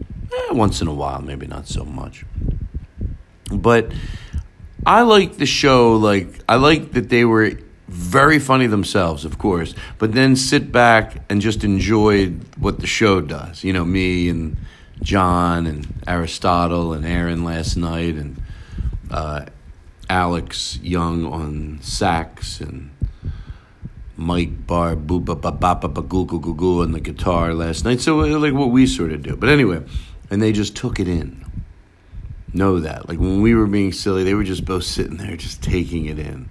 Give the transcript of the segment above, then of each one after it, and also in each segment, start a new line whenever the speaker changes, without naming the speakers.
Eh, once in a while, maybe not so much. But I like the show. Like I like that they were very funny themselves, of course, but then sit back and just enjoy what the show does. You know, me and John and Aristotle and Aaron last night, and uh, Alex Young on sax and. Mike Bar boo ba ba ba ba ba goo goo goo goo on the guitar last night. So uh, like what we sort of do. But anyway, and they just took it in know that. Like when we were being silly, they were just both sitting there, just taking it in.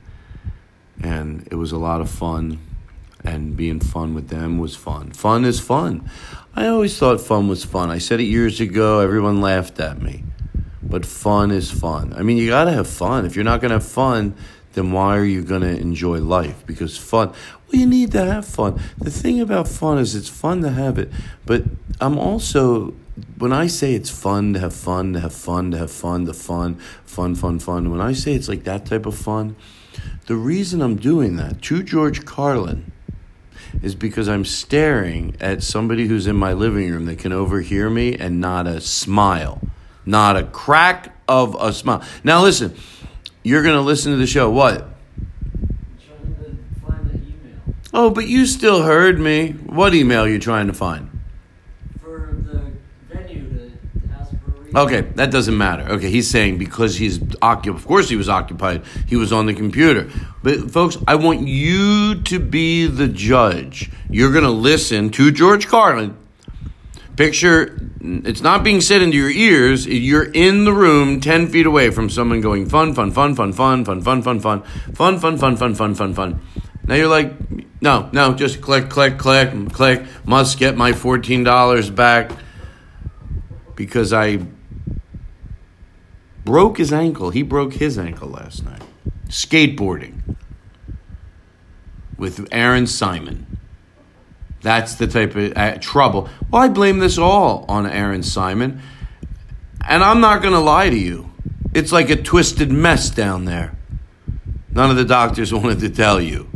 And it was a lot of fun. And being fun with them was fun. Fun is fun. I always thought fun was fun. I said it years ago, everyone laughed at me. But fun is fun. I mean, you got to have fun. If you're not going to have fun, then why are you going to enjoy life? Because fun, well, you need to have fun. The thing about fun is it's fun to have it. But I'm also, when I say it's fun to have fun, to have fun, to have fun, to fun, fun, fun, fun, when I say it's like that type of fun, the reason I'm doing that to George Carlin is because I'm staring at somebody who's in my living room that can overhear me and not a smile, not a crack of a smile. Now, listen, you're going to listen to the show. What?
Trying to find the email
Oh, but you still heard me. What email are you trying to find?
for the venue to ask for a reason.
Okay, that doesn't matter. Okay, he's saying because he's occupied. Of course, he was occupied. He was on the computer. But folks, I want you to be the judge. You're going to listen to George Carlin. Picture it's not being said into your ears. You're in the room, ten feet away from someone going fun, fun, fun, fun, fun, fun, fun, fun, fun, fun, fun, fun, fun, fun, fun, fun. Now you're like, no, no, just click, click, click, click. Must get my fourteen dollars back because I broke his ankle. He broke his ankle last night. Skateboarding with Aaron Simon. That's the type of uh, trouble. Well, I blame this all on Aaron Simon. And I'm not going to lie to you. It's like a twisted mess down there. None of the doctors wanted to tell you.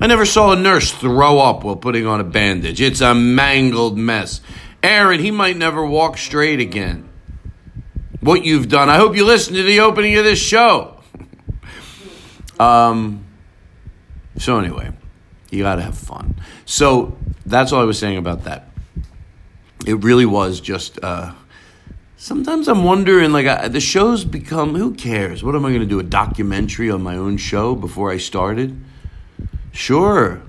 I never saw a nurse throw up while putting on a bandage. It's a mangled mess. Aaron, he might never walk straight again what you've done. I hope you listen to the opening of this show. um, so anyway, you got to have fun. So that's all I was saying about that. It really was just. Uh, sometimes I'm wondering, like, I, the show's become. Who cares? What am I going to do? A documentary on my own show before I started? Sure.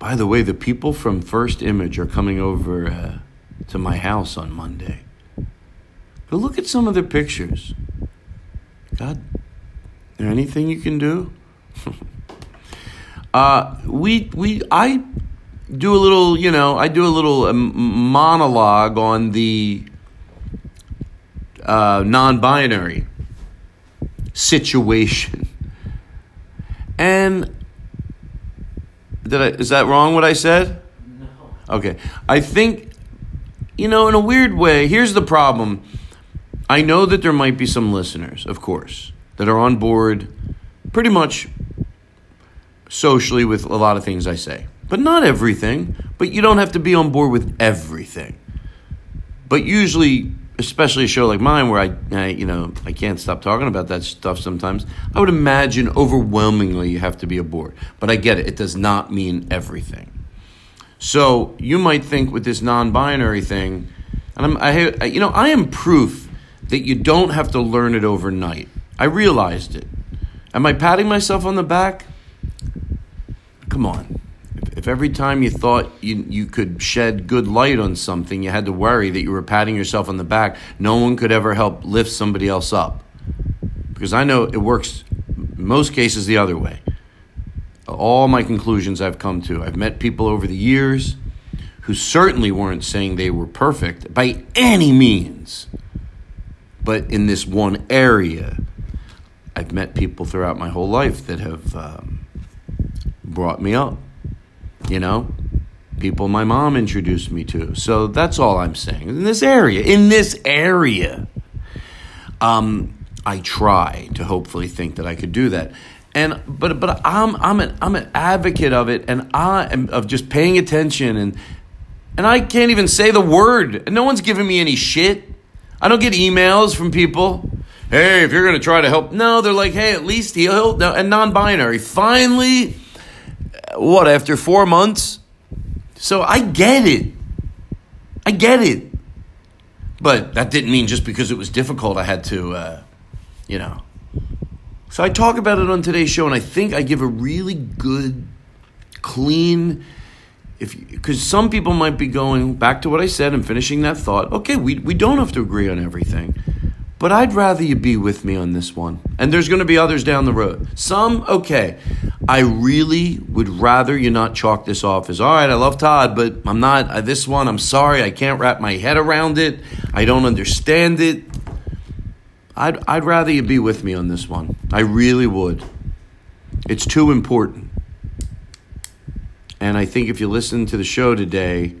By the way, the people from First Image are coming over uh, to my house on Monday. But look at some of the pictures. God, there anything you can do? uh, we we I do a little, you know, I do a little um, monologue on the uh, non-binary situation, and did I, is that wrong? What I said?
No.
Okay, I think you know, in a weird way. Here's the problem. I know that there might be some listeners, of course, that are on board pretty much socially with a lot of things I say, but not everything. But you don't have to be on board with everything. But usually, especially a show like mine where I, I you know, I can't stop talking about that stuff sometimes, I would imagine overwhelmingly you have to be aboard. But I get it, it does not mean everything. So you might think with this non-binary thing, and I'm, I, ha- I, you know, I am proof that you don't have to learn it overnight. I realized it. Am I patting myself on the back? Come on. If, if every time you thought you, you could shed good light on something, you had to worry that you were patting yourself on the back, no one could ever help lift somebody else up. Because I know it works m- most cases the other way all my conclusions I've come to. I've met people over the years who certainly weren't saying they were perfect by any means. But in this one area, I've met people throughout my whole life that have um, brought me up, you know? People my mom introduced me to. So that's all I'm saying. In this area, in this area. Um, I try to hopefully think that I could do that. And but but I'm I'm an I'm an advocate of it, and I am of just paying attention, and and I can't even say the word. And no one's giving me any shit. I don't get emails from people. Hey, if you're gonna try to help, no, they're like, hey, at least he'll no, and non-binary. Finally, what after four months? So I get it. I get it. But that didn't mean just because it was difficult, I had to, uh, you know. So I talk about it on today's show, and I think I give a really good, clean, if because some people might be going back to what I said and finishing that thought. Okay, we we don't have to agree on everything, but I'd rather you be with me on this one. And there's going to be others down the road. Some okay, I really would rather you not chalk this off as all right. I love Todd, but I'm not uh, this one. I'm sorry, I can't wrap my head around it. I don't understand it. I'd I'd rather you be with me on this one. I really would. It's too important. And I think if you listen to the show today,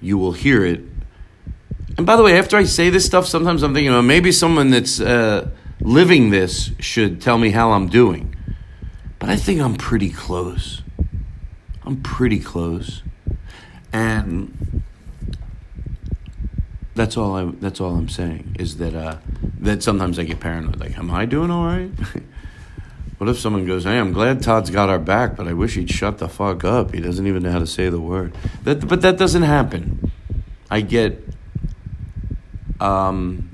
you will hear it. And by the way, after I say this stuff, sometimes I'm thinking, oh, maybe someone that's uh, living this should tell me how I'm doing. But I think I'm pretty close. I'm pretty close. And that's all I. That's all I'm saying is that uh, that sometimes I get paranoid. Like, am I doing all right? what if someone goes, "Hey, I'm glad Todd's got our back, but I wish he'd shut the fuck up. He doesn't even know how to say the word." That, but that doesn't happen. I get. Um,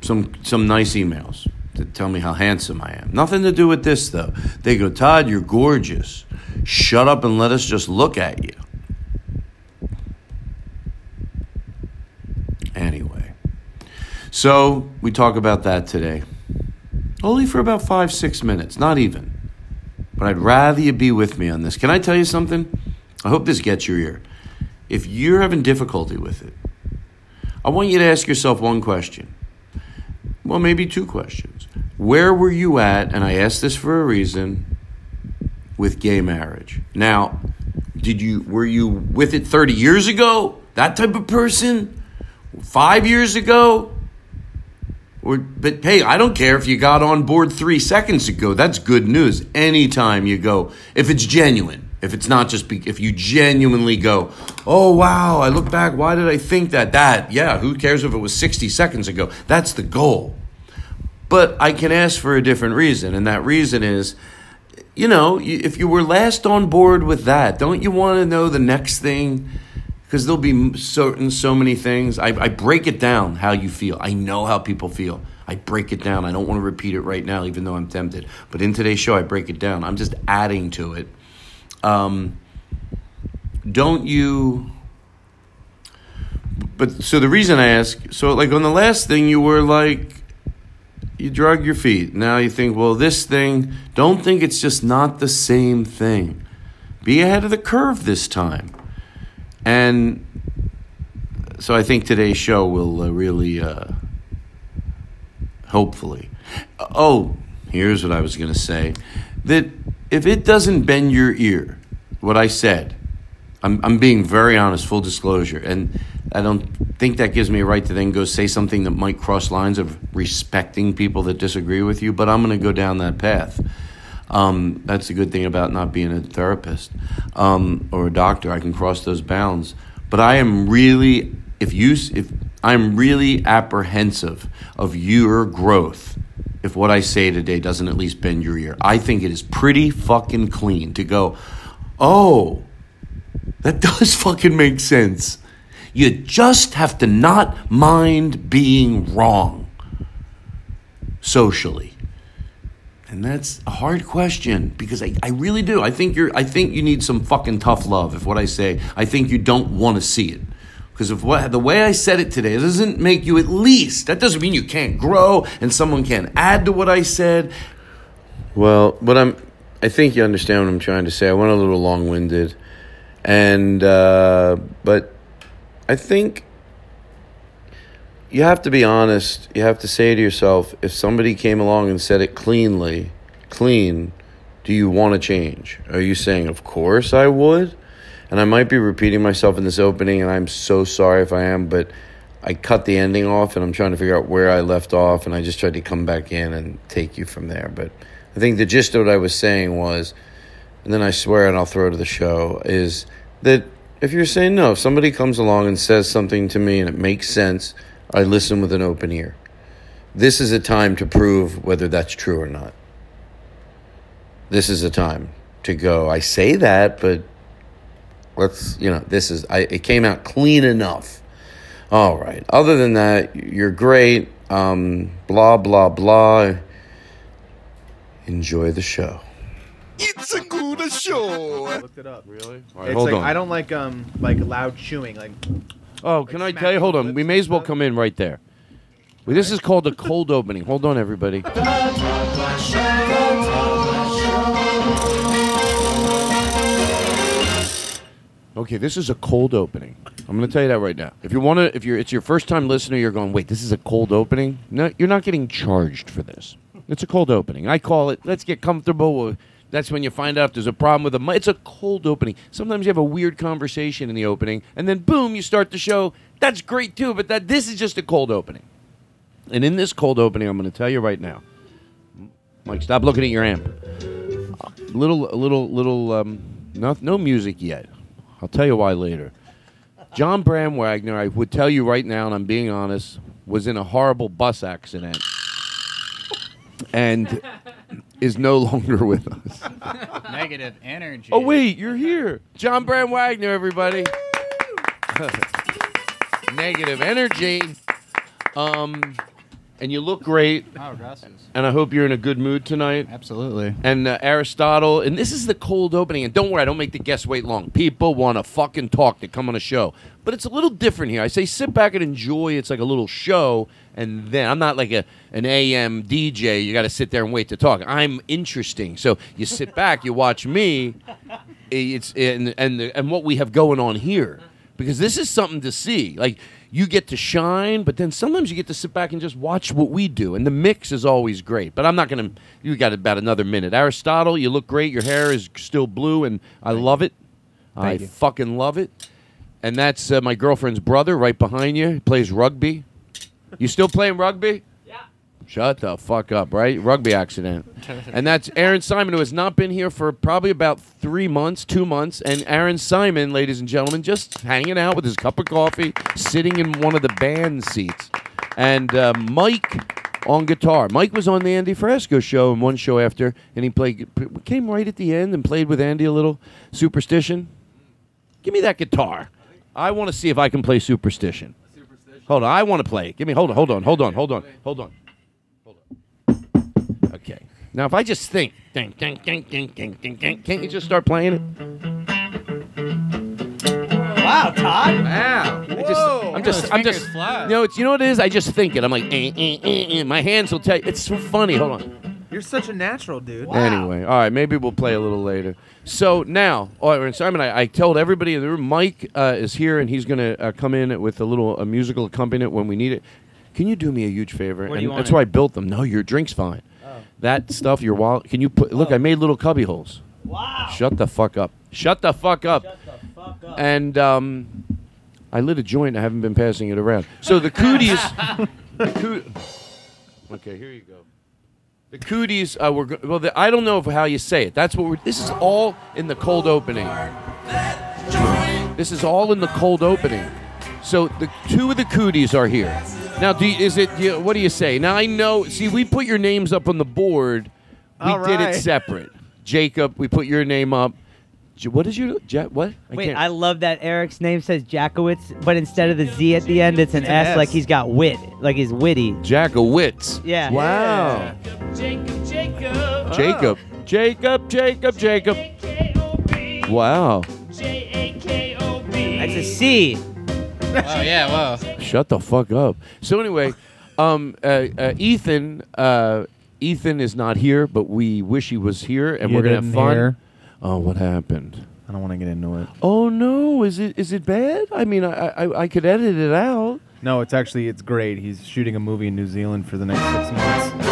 some some nice emails to tell me how handsome I am. Nothing to do with this though. They go, Todd, you're gorgeous. Shut up and let us just look at you. Anyway, so we talk about that today. Only for about five, six minutes, not even. But I'd rather you be with me on this. Can I tell you something? I hope this gets your ear. If you're having difficulty with it, I want you to ask yourself one question. Well, maybe two questions. Where were you at? And I asked this for a reason with gay marriage. Now, did you were you with it 30 years ago? That type of person? 5 years ago? Or but hey, I don't care if you got on board 3 seconds ago. That's good news. Anytime you go, if it's genuine. If it's not just be, if you genuinely go, "Oh wow, I look back, why did I think that?" That, yeah, who cares if it was 60 seconds ago? That's the goal. But I can ask for a different reason, and that reason is, you know, y- if you were last on board with that, don't you want to know the next thing? Because there'll be m- certain so many things. I, I break it down how you feel. I know how people feel. I break it down. I don't want to repeat it right now, even though I'm tempted. But in today's show, I break it down. I'm just adding to it. Um, don't you? But so the reason I ask, so like on the last thing, you were like, you drag your feet. Now you think, well, this thing, don't think it's just not the same thing. Be ahead of the curve this time. And so I think today's show will uh, really, uh, hopefully. Oh, here's what I was going to say that if it doesn't bend your ear, what I said, I'm, I'm being very honest, full disclosure. And I don't think that gives me a right to then go say something that might cross lines of respecting people that disagree with you, but I'm going to go down that path. Um, that's the good thing about not being a therapist um, or a doctor. I can cross those bounds. But I am really, if you, s- if I'm really apprehensive of your growth, if what I say today doesn't at least bend your ear, I think it is pretty fucking clean to go, oh, that does fucking make sense. You just have to not mind being wrong socially. And that's a hard question because I, I really do. I think you're I think you need some fucking tough love if what I say. I think you don't want to see it. Because if what the way I said it today doesn't make you at least that doesn't mean you can't grow and someone can add to what I said. Well, but I'm I think you understand what I'm trying to say. I went a little long winded. And uh but I think you have to be honest. You have to say to yourself, if somebody came along and said it cleanly, clean, do you want to change? Are you saying, of course I would? And I might be repeating myself in this opening, and I'm so sorry if I am, but I cut the ending off and I'm trying to figure out where I left off, and I just tried to come back in and take you from there. But I think the gist of what I was saying was and then I swear and I'll throw to the show is that if you're saying no, if somebody comes along and says something to me and it makes sense, I listen with an open ear. This is a time to prove whether that's true or not. This is a time to go. I say that, but let's, you know, this is, I, it came out clean enough. All right. Other than that, you're great. Um, blah, blah, blah. Enjoy the show.
It's a good show.
Looked it up.
Really?
It's like I don't like um like loud chewing. Like
Oh, can I
smack
tell you?
your
Hold on.
lips
We may
and
as well
stuff.
come in right there. Well, This is called a cold opening. Hold on, everybody. Okay, this is a cold opening. I'm going to tell you that right now. If you want to, if you're, it's your first time listener, you're going, wait, this is a cold opening. No, you're not getting charged for this. It's a cold opening. I call it. Let's get comfortable. Well, That's when you find out if there's a problem with a. mi- It's a cold opening. Sometimes you have a weird conversation in the opening, and then boom, you start the show. That's great too, but that this is just a cold opening. And in this cold opening, I'm going to tell you right now, Mike, stop looking at your amp. Little, little, little. Um, no, no music yet. I'll tell you why later. John Bram Wagner, I would tell you right now, and I'm being honest, was in a horrible bus accident, and is no longer with us.
Negative energy.
Oh wait, you're here, John Bram Wagner, everybody. Negative energy. Um, and you look great,
Oh, Russ's.
and I hope you're in a good mood tonight.
Absolutely.
and uh, Aristotle. And this is the cold opening. And don't worry, I don't make the guests wait long. People want to fucking talk to come on a show. But it's a little different here. I say sit back and enjoy. It's like a little show. And then I'm not like a, an AM DJ. You got to sit there and wait to talk. I'm interesting. So you sit back, you watch me. It's and and the, and what we have going on here because this is something to see. Like you get to shine, but then sometimes you get to sit back and just watch what we do, and the mix is always great. But I'm not gonna. You got about another minute, Aristotle. You look great. Your hair is still blue, and I love it. I fucking love it. And that's uh, my girlfriend's brother right behind you. He plays rugby. You still playing rugby? Shut the fuck up, right? Rugby accident. and that's Aaron Simon, who has not been here for probably about three months, two months. And Aaron Simon, ladies and gentlemen, just hanging out with his cup of coffee, sitting in one of the band seats. And uh, Mike on guitar. Mike was on the Andy Frasco show and one show after, and he played, came right at the end and played with Andy a little. Superstition. Give me that guitar. I want to see if I can play Superstition. Hold on, I want to play it. Give me, hold on, hold on, hold on, hold on, hold on. Okay. Now, if I just think, ding, ding, ding, ding, ding, ding, ding, can't you just start playing it?
Wow, Todd.
Wow. I just, I'm
Those
just, I'm
fingers
just,
fly.
you know, it's, you know what it is? I just think it. I'm like, eh, eh, eh, eh. my hands will tell you. It's so funny. Hold on.
you're such a natural, dude.
Anyway, all right, maybe we'll play a little later. So now, all right, Simon, I, I told everybody in the room, Mike uh, is here and he's going to uh, come in with a little a musical accompaniment when we need it. Can you do me a huge favor?
What do
and
you want
that's
it? Oh.
why I built them. No, your drink's fine. That stuff, your wallet. Can you put, look, I made little cubby holes.
Wow.
Shut the fuck up. Shut the fuck up.
the fuck up.
And um, I lit a joint. I haven't been passing it around. So the cooties. the coo- okay, here you go. The cooties uh, were. go- Well, the, I don't know if, how you say it. That's what we're. This is all in the cold opening. This is all in the cold opening. So the two of the cooties are here. Now, do you, is it? do you- what do you say? Now I know. See, we put your names up on the board. We
All
did it
right.
separate. Jacob, we put your name up. J- What is your? J- what? I
Wait,
can't-
I love that Eric's name says Jackowitz, but instead of the Z at the end, it's an S,
S.
like he's got wit, like he's witty.
Jack of Wits.
Yeah.
Wow. Jacob, Jacob. Jacob, Jacob, Wow.
That's a C.
Oh yeah, whoa.
Shut the fuck up. So anyway, um, uh, uh, Ethan, uh, Ethan is not here, but we wish he was here, and
You
we're gonna have
didn't
fun.
hear?
Oh, what happened?
I don't want to get into it.
Oh no, is it is it bad? I mean, I I, I could edit it out.
No, it's actually it's great. He's shooting a movie in New Zealand for the next six months.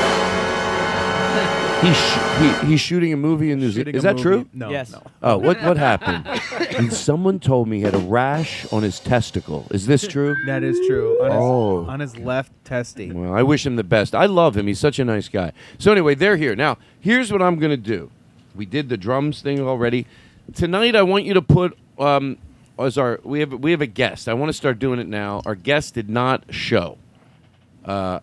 He's sh- he, he's shooting a movie in New
Shooting
Zealand. Is
a
that
movie-
true?
No.
Yes.
No.
Oh, what what happened? And Someone told me he had a rash on his testicle. Is this true?
That is true. On his,
Oh.
on his left testy.
Well, I wish him the best. I love him. He's such a nice guy. So anyway, they're here. Now, here's what I'm going to do. We did the drums thing already. Tonight I want you to put um as our we have we have a guest. I want to start doing it now. Our guest did not show. Uh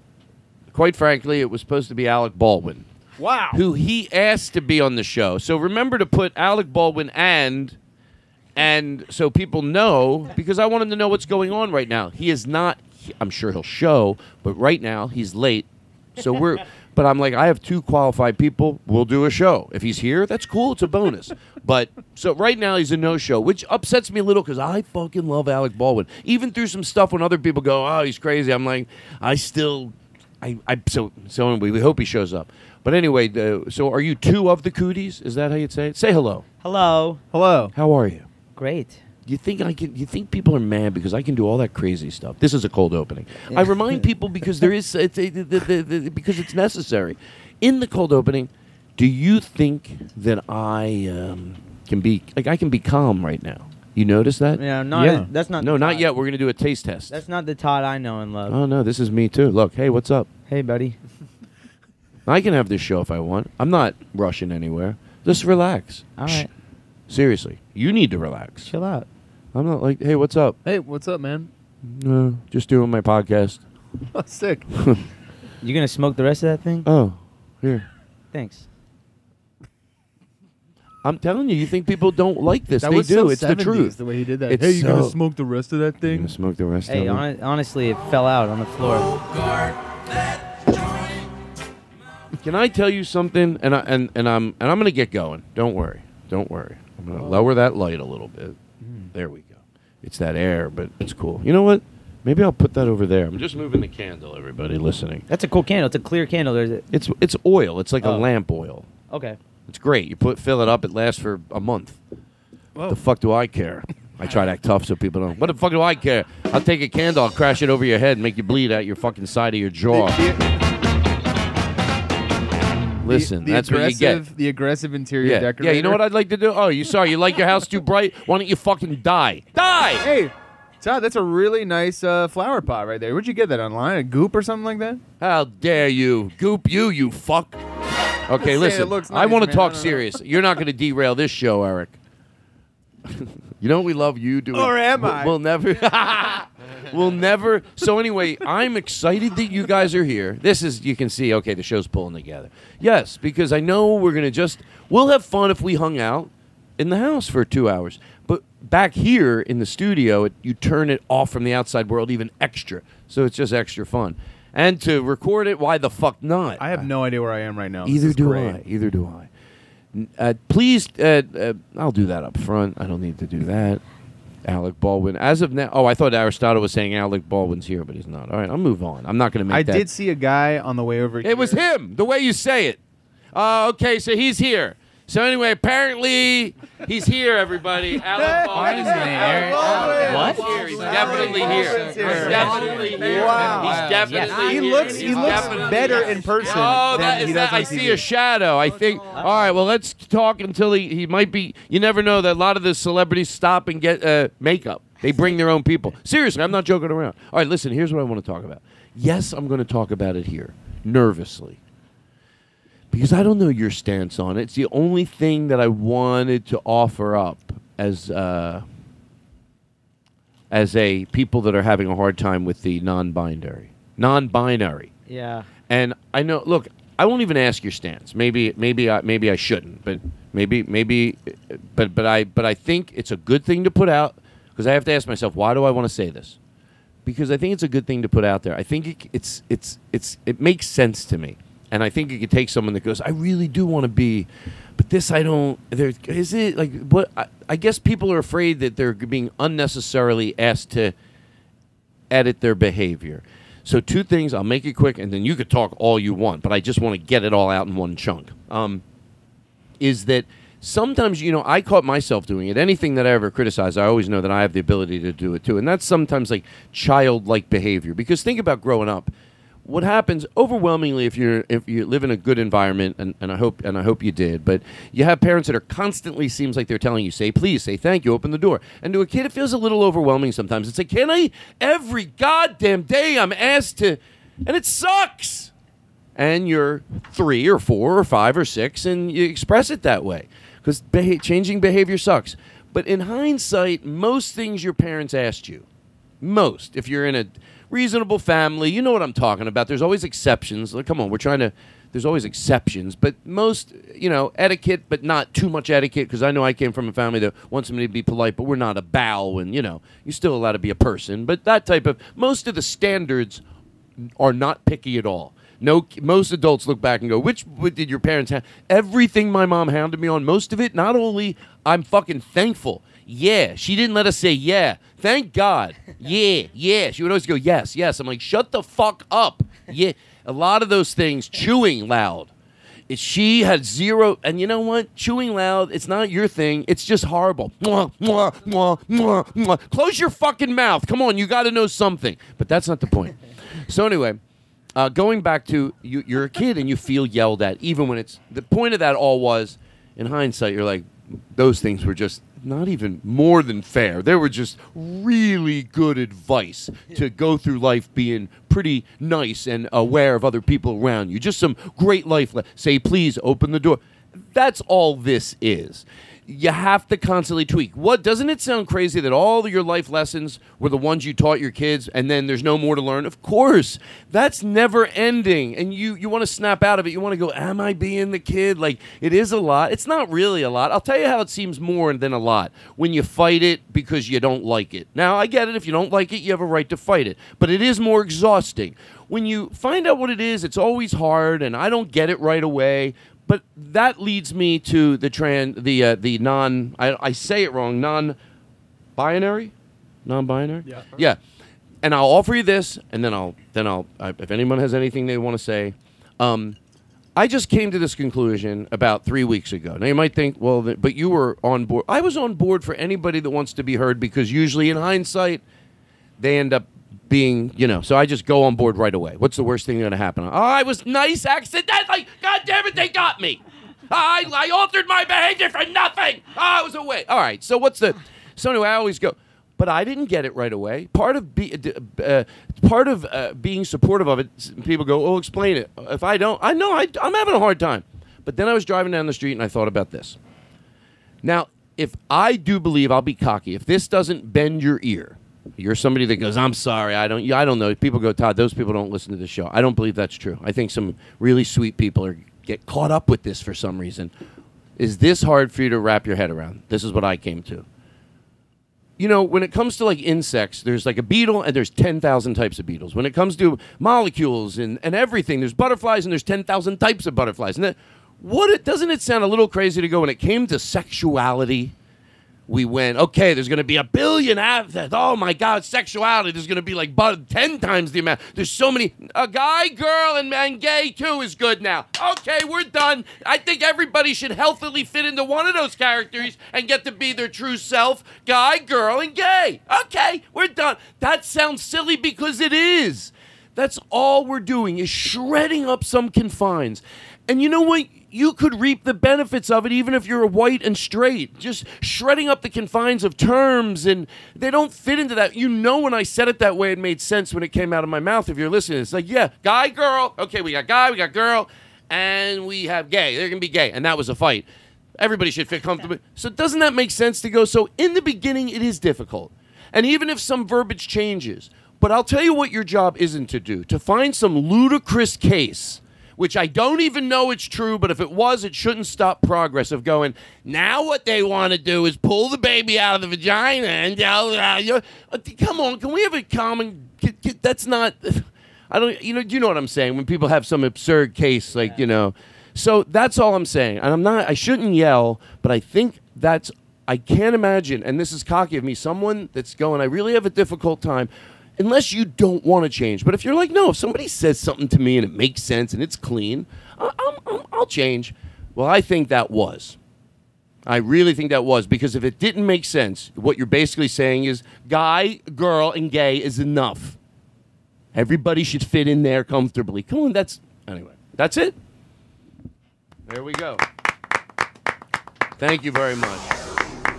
quite frankly, it was supposed to be Alec Baldwin. Wow. Who he asked to be on the show. So remember to put Alec Baldwin and and so people know because I want him to know what's going on right now. He is not. he- I'm sure he'll show, but right now he's late. So we're. but I'm like, I have two qualified people. We'll do a show. If he's here, that's cool. It's a bonus. but so right now he's a no show, which upsets me a little because I fucking love Alec Baldwin. Even through some stuff when other people go, oh, he's crazy. I'm like, I still. I, I so so anyway, we hope he shows up. But anyway, the, so are you two of the cooties? Is that how you'd say it? Say hello.
Hello.
Hello.
How are you?
Great.
You think I can? You think people are mad because I can do all that crazy stuff? This is a cold opening. I remind people because there is it's a, the, the, the, because it's necessary. In the cold opening, do you think that I um, can be like I can be calm right now? You notice that?
Yeah, not
Yeah.
that's not
No,
the
not
Todd.
yet. We're gonna do a taste test.
That's not the Todd I know and love.
oh no, this is me too. Look, hey, what's up?
Hey, buddy.
I can have this show if I want. I'm not rushing anywhere. Just relax.
All right,
Seriously, you need to relax.
chill out.
I'm not like, hey, what's up?
Hey, what's up, man?
No, just doing my podcast.
Sick.
You gonna smoke the rest of that thing?
Oh, here.
Thanks.
I'm telling you, you think people don't like this?
That
they
was
do.
so
it's
70s,
the truth.
The way he did that.
It's
hey, you gonna
so-
smoke the rest of that
You gonna
thing?
smoke the rest
Hey,
of it?
hon- honestly, it fell out on the floor.
Can I tell you something? And I and, and I'm and I'm gonna get going. Don't worry. Don't worry. I'm gonna lower that light a little bit.
Hmm.
There we go. It's that air, but it's cool. You know what? Maybe I'll put that over there. I'm just moving the candle. Everybody listening.
That's a cool candle. It's a clear candle. There's a,
It's it's oil. It's like a
Oh.
lamp oil.
okay.
It's great. You put fill it up. It lasts for a month.
Whoa.
The fuck do I care? I try to act tough so people don't. What the fuck do I care? I'll take a candle, I'll crash it over your head, and make you bleed out your fucking side of your jaw. Listen,
the
that's what you get.
aggressive- The aggressive interior
Yeah.
decorator.
yeah, you know what I'd like to do? Oh, you sorry, you like your house too bright? Why don't you fucking die? Die!
Hey, Todd, that's a really nice uh, flower pot right there. Where'd you get that online? A Goop or something like that?
How dare you? Goop you, you fuck. Okay,
saying,
listen.
it looks
I
nice,
want to
man. I
talk
don't know.
serious. You're not going to derail this show, Eric. you know we love you doing.
Or am
we'll-
I?
We'll never. we'll never. So anyway, I'm excited that you guys are here. This is you can see. Okay, the show's pulling together. Yes, because I know we're going to just. We'll have fun if we hung out in the house for two hours, but back here in the studio, it, you turn it off from the outside world even extra. So it's just extra fun. And to record it, why the fuck not?
I have no idea where I am right now. Oh, This
Either
is
do
great.
I. Either do I. N- Uh, please, uh, uh, I'll do that up front. I don't need to do that. Alec Baldwin. As of now, oh, I thought Aristotle was saying Alec Baldwin's here, but he's not. All right, I'll move on. I'm not going to make
I
that.
did see a guy on the way over.
It was him. The way you say it. Uh, okay, so he's here. So anyway, apparently he's here. Everybody, Alec Baldwin.
Why isn't he
Alec
here?
Baldwin
What?
is here. He's
Alec
definitely here.
Baldwin's
He's
here.
definitely here.
Wow.
He's definitely
Yes.
He
here.
looks. He
He's
looks
definitely
better
here.
in person.
Oh,
than
that
he
is that.
does on
I see
TV.
a shadow. I think. All right. Well, let's talk until he, he might be. You never know that a lot of the celebrities stop and get uh, makeup. They bring their own people. Seriously, I'm not joking around. All right, listen, here's what I want to talk about. Yes, I'm going to talk about it here, nervously. Because I don't know your stance on it. It's the only thing that I wanted to offer up as uh, as a people that are having a hard time with the non-binary. Non-binary.
Yeah.
And I know. Look, I won't even ask your stance. Maybe, maybe, I, maybe I shouldn't. But maybe, maybe, but but I but I think it's a good thing to put out because I have to ask myself why do I want to say this? Because I think it's a good thing to put out there. I think it, c- it's it's it's it makes sense to me, and I think it could take someone that goes, I really do want to be, but this I don't. There is it like what I, I guess people are afraid that they're being unnecessarily asked to edit their behavior. So two things. I'll make it quick, and then you could talk all you want, but I just want to get it all out in one chunk. Um, is that sometimes you know I caught myself doing it. Anything that I ever criticize, I always know that I have the ability to do it too, and that's sometimes like childlike behavior. Because think about growing up. What happens overwhelmingly if you're if you live in a good environment, and, and I hope and I hope you did, but you have parents that are constantly seems like they're telling you say please, say thank you, open the door, and to a kid it feels a little overwhelming sometimes. It's like can I every goddamn day I'm asked to, and it sucks and you're three or four or five or six, and you express it that way because beha- changing behavior sucks. But in hindsight, most things your parents asked you, most, if you're in a reasonable family, you know what I'm talking about. There's always exceptions. Like, come on, we're trying to. There's always exceptions, but most, you know, etiquette, but not too much etiquette. Because I know I came from a family that wants me to be polite, but we're not a bow, and you know, you're still allowed to be a person. But that type of most of the standards are not picky at all. No, most adults look back and go, "Which what did your parents have?" Everything my mom hounded me on, most of it. Not only I'm fucking thankful. Yeah, she didn't let us say yeah. Thank God. Yeah, yeah. She would always go, "Yes, yes." I'm like, "Shut the fuck up." Yeah, a lot of those things. Chewing loud. It- She had zero, and you know what? Chewing loud, it's not your thing. It's just horrible. Mwah, mwah, mwah, mwah, mwah. Close your fucking mouth. Come on, you got to know something. But that's not the point. so, anyway, uh, going back to you, you're a kid and you feel yelled at, even when it's the point of that all was, in hindsight, you're like, those things were just not even more than fair. They were just really good advice to go through life being pretty nice and aware of other people around you. Just some great life. le- Say, please open the door. That's all this is. You have to constantly tweak. What doesn't it sound crazy that all of your life lessons were the ones you taught your kids and then there's no more to learn? Of course. That's never ending. And you you want to snap out of it. You want to go, am I being the kid? Like it is a lot. It's not really a lot. I'll tell you how it seems more than a lot when you fight it because you don't like it. Now, I get it if you don't like it, you have a right to fight it. But it is more exhausting. When you find out what it is, it's always hard and I don't get it right away but that leads me to the trans the uh, the non I, I say it wrong non binary non-binary yeah yeah and i'll offer you this and then i'll then i'll I, if anyone has anything they want to say um, i just came to this conclusion about three weeks ago now you might think well th- but you were on board i was on board for anybody that wants to be heard because usually in hindsight they end up being, you know, so I just go on board right away. What's the worst thing going to happen? Oh, I was nice accidentally. God damn it, they got me. I, I altered my behavior for nothing. Oh, I was away. All right, so what's the. So anyway, I always go, but I didn't get it right away. Part of, be, uh, part of uh, being supportive of it, s- people go, oh, explain it. If I don't, I know I, I'm having a hard time. But then I was driving down the street and I thought about this. Now, if I do believe, I'll be cocky. If this doesn't bend your ear, you're somebody that goes, "I'm sorry, I don't, yeah, I don't know." People go, "Todd, those people don't listen to the show." I don't believe that's true. I think some really sweet people are get caught up with this for some reason. Is this hard for you to wrap your head around? This is what I came to you know, when it comes to like insects, there's like a beetle and there's 10,000 types of beetles. When it comes to molecules and, and everything, there's butterflies and there's 10,000 types of butterflies. And that, what it doesn't it sound a little crazy to go when it came to sexuality? We went, okay, there's going to be a billion athletes. Oh my God, sexuality. There's going to be like but 10 times the amount. There's so many. A guy, girl, and man, gay too is good now. Okay, we're done. I think everybody should healthily fit into one of those characters and get to be their true self guy, girl, and gay. Okay, we're done. That sounds silly because it is. That's all we're doing is shredding up some confines. And you know what? You could reap the benefits of it even if you're white and straight. Just shredding up the confines of terms and they don't fit into that. You know, when I said it that way, it made sense when it came out of my mouth. If you're listening, it's like, yeah, guy, girl. Okay, we got guy, we got girl, and we have gay. They're going to be gay. And that was a fight. Everybody should fit comfortable. So doesn't that make sense to go? So in the beginning, it is difficult, and even if some verbiage changes, but I'll tell you what your job isn't to do: to find some ludicrous case, which I don't even know it's true, but if it was, it shouldn't stop progress of going. Now what they want to do is pull the baby out of the vagina and tell- uh, you- uh, come on, can we have a common? Get, get, that's not. I don't. You know. You know what I'm saying? When people have some absurd case, like you know. So that's all I'm saying, and I'm not. I shouldn't yell, but I think that's. I can't imagine, and this is cocky of me. Someone that's going, I really have a difficult time. Unless you don't want to change, but if you're like, no, if somebody says something to me and it makes sense and it's clean, I, I'm, I'm, I'll change. Well, I think that was. I really think that was because if it didn't make sense, what you're basically saying is guy, girl, and gay is enough. Everybody should fit in there comfortably. Come on, that's anyway. That's it. There we go. Thank you very much.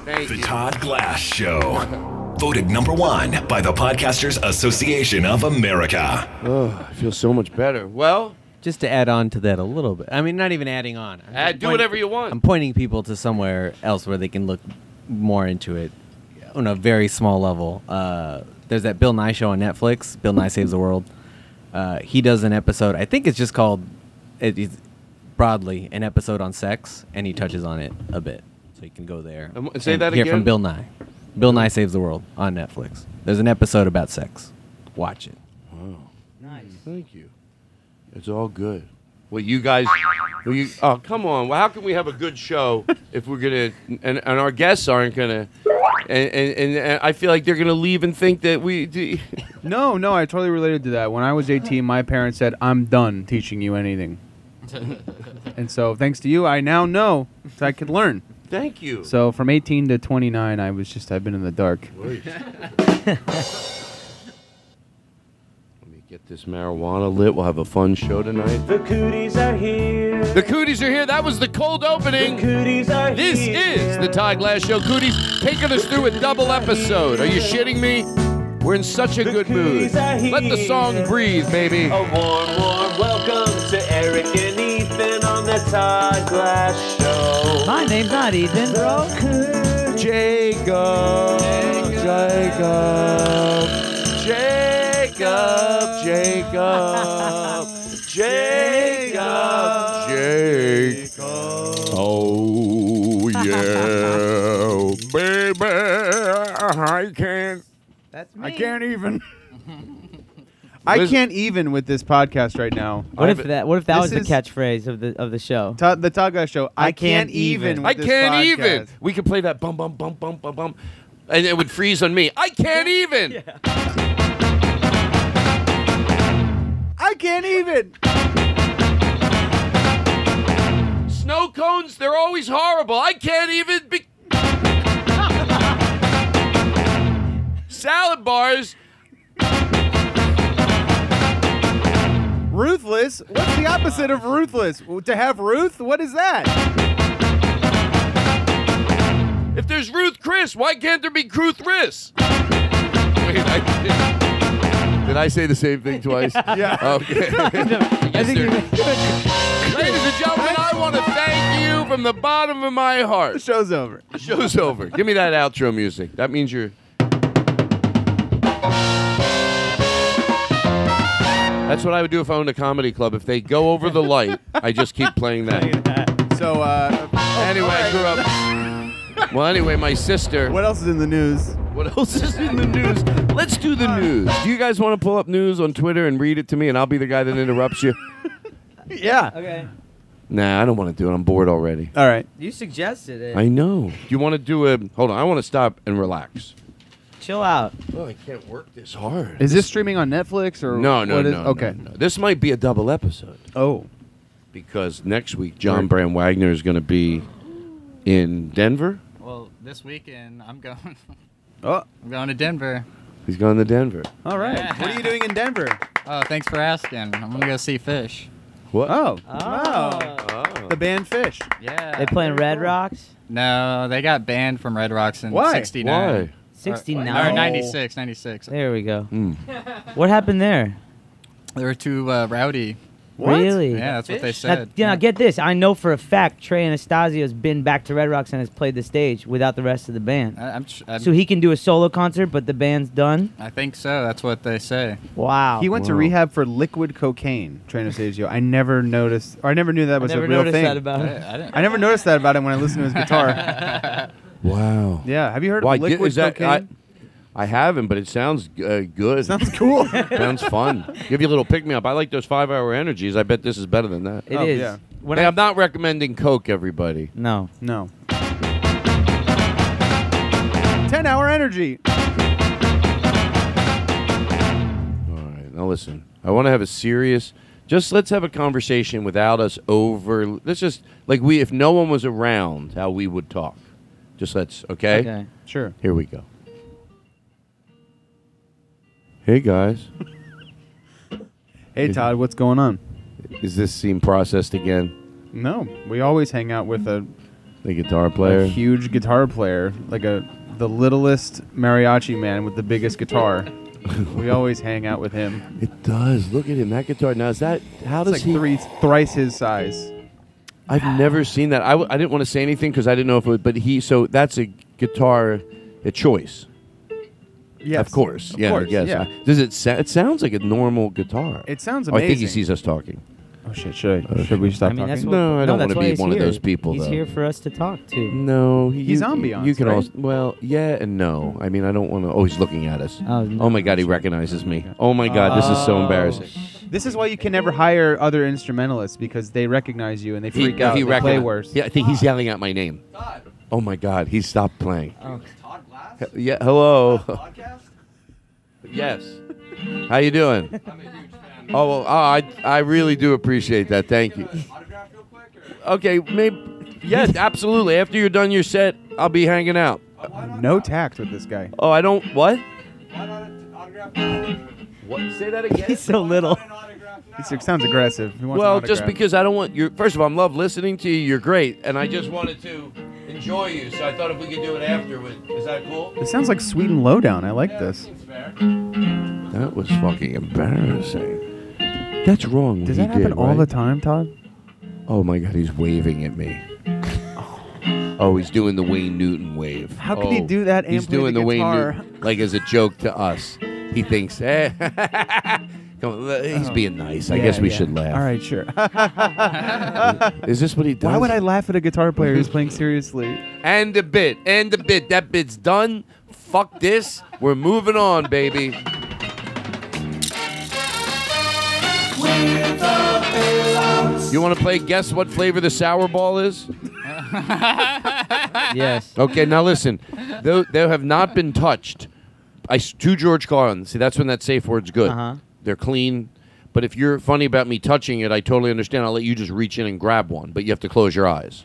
Thank
The
you.
Todd Glass Show. Voted number one by the Podcasters Association of America.
Oh, I feel so much better. Well,
Just to add on to that a little bit. I mean, not even adding on. I'm
Add- do
point-
whatever you want.
I'm pointing people to somewhere else where they can look more into it on a very small level. Uh, there's that Bill Nye show on Netflix. Bill Nye Saves the World. Uh, he does an episode. I think it's just called, it is broadly, an episode on sex, and he touches on it a bit. So you can go there.
Um, say that
hear
again?
from Bill Nye. Bill Nye Saves the World on Netflix. There's an episode about sex. Watch it.
Thank you. It's all good. Well, you guys, well, you, oh, come on. Well, how can we have a good show if we're going to, and, and our guests aren't going to, and, and, and, and I feel like they're going to leave and think that we, d-
No, no, I totally related to that. When I was 18, my parents said, "I'm done teaching you anything," and so thanks to you, I now know so I can learn.
thank you.
So from 18 to 29, I was just I've been in the dark.
Let me get this marijuana lit. We'll have a fun show tonight.
The cooties are here.
The cooties are here. That was the cold opening.
cooties are
This
here.
is the Todd Glass Show. Cooties taking us through a double episode. Are you shitting me? We're in such a good mood. Let the song breathe, baby.
A warm, warm welcome to Eric and Ethan on the Todd Glass Show.
My name's not Ethan.
Jacob, Jacob, Jacob, Jacob, Jacob, Jacob. Oh yeah, baby, I can't.
That's me.
I can't even. I
Liz-
can't even with this podcast right now.
What if
I've-
that? What if that was
This
the
is-
catchphrase of the of the show?
Todd, the Todd Glass Show. I, can't, even. with
I
this
can't even.
podcast.
We could play that bum bum bum bum bum bum, and it would freeze on me. I can't even.
I can't even.
Snow cones, they're always horrible. I can't even be. Salad bars,
Ruthless. What's the opposite of ruthless? W- To have Ruth? What is that?
if there's Ruth Chris, why can't there be Ruth Riss? Wait, I, did I say the same thing twice?
Yeah.
Okay.
I think
sir.
you're-
Ladies and gentlemen, I want to thank you from the bottom of my
The
heart.
show's over.
The show's over. Give me that outro music. That means you're. That's what I would do if I owned a comedy club. If they go over the light, I just keep playing that.
So, uh,
Anyway, I grew up. Well, anyway, my sister.
what else is in the news?
What else is in the news? Let's do the news. Do you guys want to pull up news on Twitter and read it to me, and I'll be the guy that interrupts you?
Yeah.
okay.
Nah, I don't want to do it. I'm bored already.
All right.
You suggested it.
I know. Do you want to do a? Hold on. I want to stop and relax.
Chill out.
Well, I can't work this hard.
Is this streaming on Netflix or
No, no,
what is-
no.
Okay.
no, no. This might be a double episode
Oh,
because next week John Brand Wagner is going to be in Denver.
Well, this weekend I'm going.
Oh.
I'm going to Denver.
He's going to Denver.
all right. what are you doing in Denver?
Oh, thanks for asking. I'm gonna go see Fish.
What?
Oh.
Ah.
Oh.
The band Fish.
Yeah.
They playing Red Rocks?
No, they got banned from Red Rocks in
Why?
69.
Why?
Or-
69?
Or, 96, 96.
There we go.
Hmm.
What happened there?
They were too uh, rowdy.
Really?
Yeah, that's what they
Now,
said.
yeah, now get this. I know for a fact Trey Anastasio's been back to Red Rocks and has played the stage without the rest of the
Uh,
band.
I, am I'm,
so he can do a solo concert, but the band's done.
I think so. That's what they say.
Wow.
He went to rehab for liquid cocaine, Trent Anastasio. I never noticed, or I never knew that was
never
a real
noticed
thing.
that about him.
I, didn't-
never noticed that about him when I listened to his guitar.
Wow.
yeah, have you heard
Why,
of liquid
is that,
cocaine?
I, I haven't, but it sounds uh, good.
Sounds cool.
sounds fun. Give you a little pick me up. I like those five hour energies. I bet this is better than that.
It is.
Oh, yeah.
When
hey,
I-
I'm not recommending Coke, everybody.
no.
no. Ten hour energy.
All right, now listen. I want to have a serious. Just let's have a conversation without us over. Let's just like we, if no one was around, how we would talk. Just let's. Okay.
Okay.
Sure.
Here we go. Hey guys,
Hey Todd, what's going on?
is this scene processed again?
No, we always hang out with a,
The guitar
a
player.
huge guitar player, like a the littlest mariachi man with the biggest guitar. we always hang out with him.
It does. Look at him. That guitar. Now is that how
It's
does
like
he?
three, thrice his size.
I've never seen that. I, w- I didn't want to say anything because I didn't know if it would, but he, so that's a guitar, a choice.
Yes,
Of course.
Of
yeah,
course,
yes.
yeah.
I- does it, sa- it sounds like a normal guitar.
It sounds
Oh, I think he
amazing.
sees us talking.
Oh shit! Should I, should we stop
I mean, that's
talking?
what,
No, I don't
that's
wanna
why
be
he's
one of
here.
those people,
He's
though.
here for us to talk to.
No. He,
He's
you-
ambiance,
You can
right?
also, well, yeah and no. I mean, I don't want to. Oh, he's looking at us.
Oh, no.
my God, he recognizes me. Oh my God, this is so embarrassing.
This is why you can never hire other instrumentalists because they recognize you and they freak out. they play
recogni-
worse.
Yeah, I think he's yelling out my name. Oh my God, he stopped playing. Oh. Todd Glass? Yeah, hello. Yes. How you doing? I'm a huge fan. Oh, well, oh, I I really do appreciate that. Thank you. Okay, maybe. Yes, absolutely. After you're done your set, I'll be hanging out.
No tact with this guy.
Oh, I don't. What? What? Say that again.
He's so little.
He sounds aggressive. He wants an
Well, just
autograph.
because I don't want your. First of all, I love listening to you. You're great, and I just wanted to enjoy you. So I thought if we could do it afterward, is that cool?
It sounds like sweet and lowdown. I like this.
That was fucking embarrassing. That's wrong.
Does that happen all the time, Todd?
time? Oh my god, he's waving at me. Oh, he's doing the Wayne Newton wave.
How could
oh,
he do that and
he's
play
doing
the
the Wayne
guitar?
Newton like as a joke to us. He thinks, eh, come on, l- he's being nice. I guess we should laugh.
Oh. All right, sure.
Is this what he does?
Why would I laugh at a guitar player who's playing seriously?
And the bit. And the bit. That bit's done. Fuck this. We're moving on, baby. You want to play guess what flavor the sour ball is?
yes.
Okay, now listen. They, they have not been touched. I s- to George Carlin. See, that's when that safe word's good.
Uh-huh.
They're clean. But if you're funny about me touching it, I totally understand. I'll let you just reach in and grab one, but you have to close your eyes.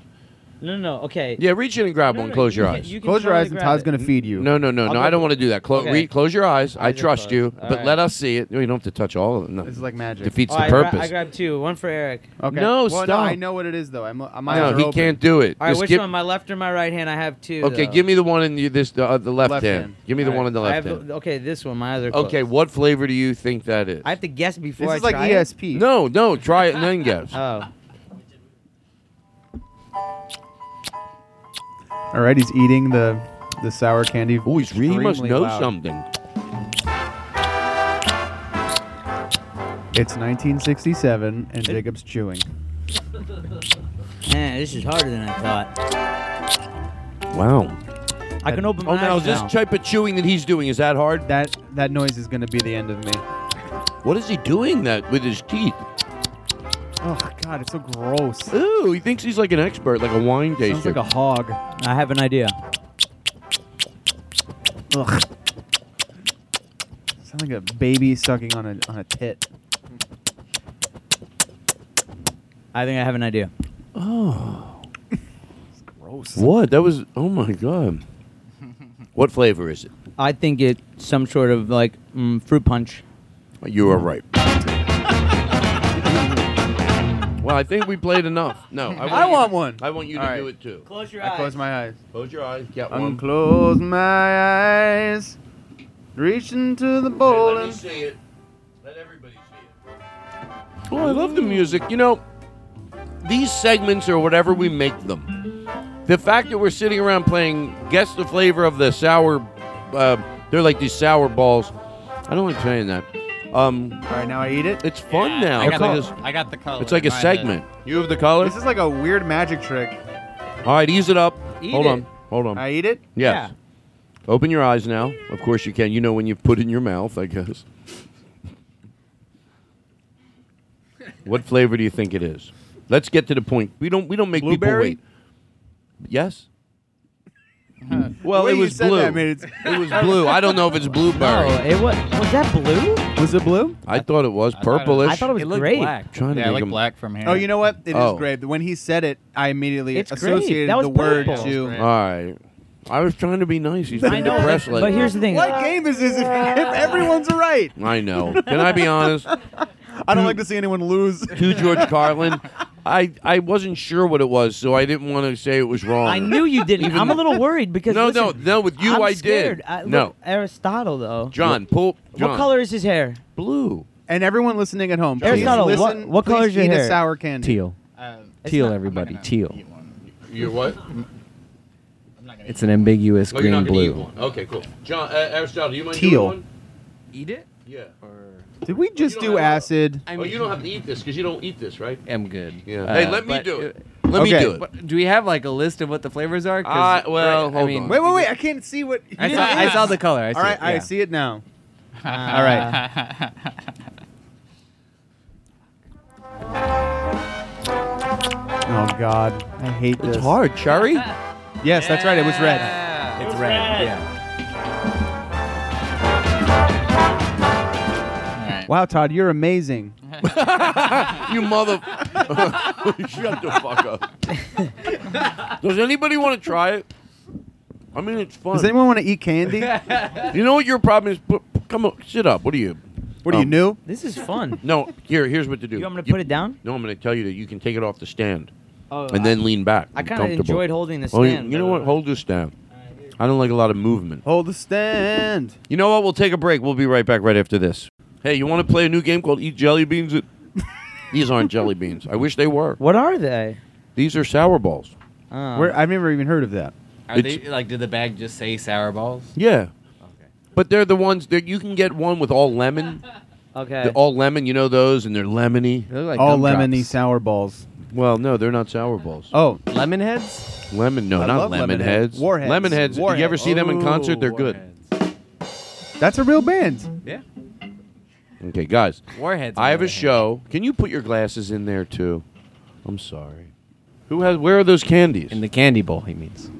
No, no, okay.
Yeah, reach in and grab one. Close your eyes.
Close your eyes and Todd's gonna feed you.
No, no, no, no. I don't want to do that. Close,
Okay.
re- close your eyes. I
Eyes are
trust
closed.
you,
All
but
right.
let us see it. No, you don't have to touch all of them. No.
This is like magic.
defeats the
I gra-
purpose.
I grabbed two. One for Eric.
Okay.
No,
well, No, I
stop.
know what it is though. I'm. uh, My eyes
no,
are
he
open.
can't do it.
All right,
Just
which
give-
one? My left or my right hand? I have two.
Okay,
though.
give me the one in the, this the, uh, the left,
Left
hand.
hand.
Give me the
All
one
right,
in the
I
left
have the-
hand.
Okay, this one, my other.
Okay,
clothes.
what flavor do you think that is? E
I have to guess before
This
I
is like E
try it?
ESP.
no, no. Try it and then guess.
Oh,
All right, he's eating the the sour candy.
oh, he's really must
extremely
know
loud.
something.
It's 1967, and Jacob's chewing.
man, this is harder than I thought.
Wow.
I can open my
Oh,
eyes
now
now.
is this type of chewing that he's doing is that hard?
That that noise is gonna be the end of me.
What is he doing that with his teeth?
Oh God, it's so gross. Sounds
Ooh, he thinks he's like an expert, like a wine taster.
like a hog.
I have an idea.
Ugh. Sounds like a baby sucking on a on a tit.
I think I have an idea.
Oh.
Gross.
What? That was. Oh my god. what flavor is it?
I think it's some sort of like mm, fruit punch.
You are right. I think we played enough. No, I want,
I
you-
want one.
I want you
All
to
right.
do it too.
Close your
I close my eyes.
Close your eyes. Get one.
Unclose my eyes. Reaching to
Hey, let
the
me
bowling.
see it. Let everybody see it. Oh, I love the music. You know, these segments or whatever we make them. The fact that we're sitting around playing guess the flavor of the sour, uh, they're like these sour balls. I don't like playing that. Um,
All right, now I eat it.
it's fun now.
I
It's
got,
like
the,
a-
I got the color.
it's like a
in my head.
segment. You have the color.
This is like a weird magic trick.
All right, ease it up.
Eat
Hold
it.
on. Hold on.
I eat it.
Yes. Open your eyes now. Of course you can. You know when you put it in your mouth, I guess. what flavor do you think it is? Let's get to the point. We don't we don't make
Blueberry?
people wait. Yes? well,
the way
it
you
was
said
blue.
that made it-
it was blue. I don't know if it's blueberry.
Oh, it was. Was that blue?
Was it blue?
I thought it was
thought it-
purplish.
I thought it was
It looked
great.
black.
trying to
Yeah, I
make
like
'em-
black from here.
Oh, you know what? It is
Oh.
grape. When he said it, I immediately
It's grape.
associated
That was
the word
purple.
to.
All right. I was trying to be nice. He's
I
been
know,
depressed
but,
lately.
but here's the thing.
What game is this? If, if everyone's right,
I know. Can I be honest?
I don't like to see anyone lose.
to George Carlin. I, I wasn't sure what it was, so I didn't want to say it was wrong.
I knew you didn't. I'm a little worried because
No,
listen,
no, no. With you,
I'm
I
scared.
did.
I- look,
no,
Aristotle though.
John, pull. John.
What color is his hair?
Blue.
And everyone listening at home, please
Aristotle, what-
listen.
what color
please
is your
eat a
hair?
sour candy.
Teal.
Um, it's not-
Teal,
I'm not
everybody.
gonna
Teal.
eat one.
You're what? Oh,
I'm not gonna
It's an ambiguous green blue.
Okay, cool. John, uh, Aristotle, do you mind
Teal. doing one?
Eat it?
Yeah.
Did we just
You don't
do
have a-
acid?
I mean,
have to eat this because you don't eat this, right?
I'm good.
Yeah.
Uh,
hey, let me
but-
do it. Let me
Okay.
do it.
But do we have like a list of what the flavors are? 'Cause-
Uh, well,
right, I
hold
mean,
on.
Wait, wait, wait! I can't see what.
I saw, I saw the color. I see
All right,
it,
I
yeah.
see it now. All right. Oh God, I hate this.
It's hard. Cherry?
Yes, that's right. It was red.
It's red. Yeah.
Wow, Todd, you're amazing.
you mother. Shut the fuck up. Does anybody want to try it? I mean, it's fun.
Does anyone want to eat candy? What
You know what your problem is? Put, put- come on, sit up. What are you?
are you
Um,
new?
This is fun.
No, here, here's what to do.
You want me to put it down?
No, I'm going to tell you that you can take it off the stand
Oh,
and then lean back.
I
Be
kind of
comfortable.
enjoyed holding the
Oh, you-
stand.
you know what? Hold this down. I don't like a lot of movement.
Hold the stand.
You know what? We'll take a break. We'll be right back right after this. Hey, you want to play a new game called Eat Jelly Beans? It- These aren't jelly beans. I wish they were.
What are they?
These are sour balls.
Uh.
Um,
Where, I've never even heard of that.
Are
It's-
they like? Did the bag just say sour balls?
Yeah. But they're the ones that you can get one with all lemon,
okay.
the all lemon. You know those, and they're lemony.
They look like
All
gumdrops.
lemony sour balls.
Well, no, they're not sour balls.
Oh,
Lemon heads.
Lemon, no,
I
not
love
lemon,
Lemonheads.
heads.
Warheads.
Lemon heads. Did you ever see them in concert? They're good.
that's a real band.
Yeah.
Okay, guys.
Warheads. on
I have a
the other hand.
show. Can you put your glasses in there too? I'm sorry. Who has? Where are those candies?
In the candy bowl, he means.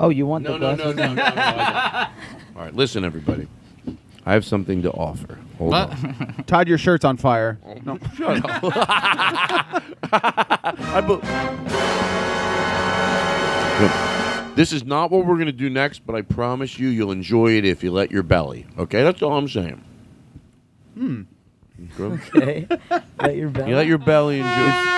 oh, you want
no,
the
no,
glasses?
no, no, no, no, no, I don't. All right, listen, everybody. I have something to offer. Hold on.
Todd, your shirt's on fire. No.
Shut up. I bu- Good. This is not what we're going to do next, but I promise you, you'll enjoy it if you let your belly. Okay, that's all I'm saying. Hmm.
Okay. Let your belly-
You let your belly enjoy.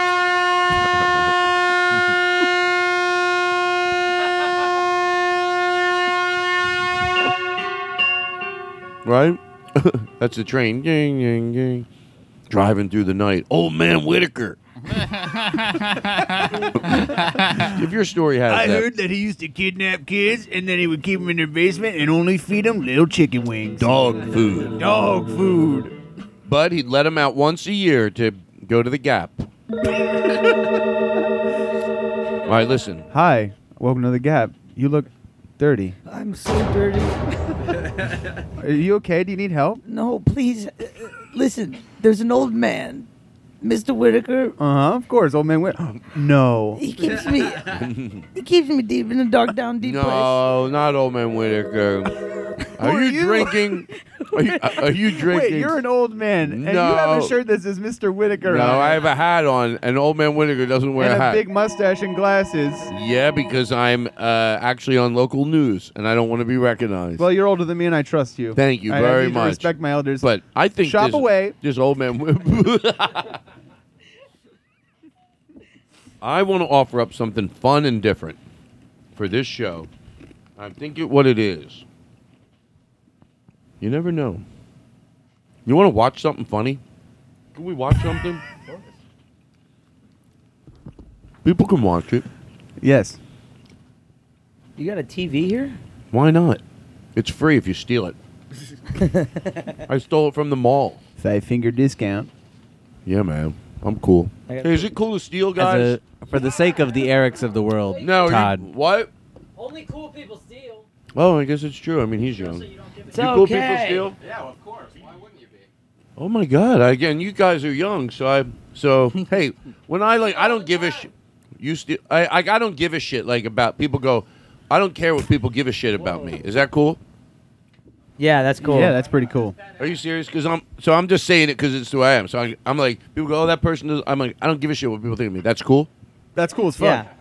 right? That's the train. Ding, ding, ding. Driving through the night. Old man Whitaker. if your story has that,
that he used to kidnap kids and then he would keep them in their basement and only feed them little chicken wings.
dog food,
Dog food.
but he'd let him out once a year to go to the Gap. All right, listen.
Hi, welcome to the Gap. You look dirty.
I'm so dirty.
Are you okay? Do you need help?
No, please. uh, uh, Listen, there's an old man, Mr. Whitaker.
Uh huh. Of course, old man. Whi- no.
He keeps me. he keeps me deep in the dark, down deep place.
No, not Old Man Whitaker. Are,
are
you,
you?
drinking? Are you, uh, are- are you drinking?
Wait, you're an old man, and you
No.
have a shirt that says Mr. Whitaker. on
no,
it,
I have a hat on, and Old Man Whitaker doesn't wear
and
a
a
hat.
big mustache and glasses.
yeah, because I'm uh, actually on local news, and I don't want to be recognized.
Well, you're older than me, and I trust you.
Thank you
I- I
very
need to
much.
respect my elders.
but I think
Shop
this,
away.
This Old Man. Whi- I want to offer up something fun and different for this show. I'm thinking what it is. You never know. You want to watch something funny? Can we watch something? People can watch it.
Yes.
You got a TV here?
Why not? It's free if you steal it. I stole it from the mall.
Five finger discount.
Yeah, man. I'm cool.
I got-
Hey, is it cool to steal,
As
guys?
a- for the sake of the Erics of the world,
No, you-
Todd.
what?
Only cool people steal.
Oh, I guess it's true. I mean, he's young.
It's
You cool people
okay.
steal?
Yeah, of course. Why wouldn't you be?
Oh my God! Again, you guys are young, so I so hey, when I like, I don't give a shit. You still, I, I I don't give a shit like about people go. I don't care what people give a shit about me. Is that cool?
Yeah, that's cool.
Yeah, that's pretty cool.
Are you serious? Because I'm so I'm just saying it because it's who I am. So I, I'm like people go, oh that person. Does, I'm like I don't give a shit what people think of me. That's cool.
That's cool as
Yeah.
fuck.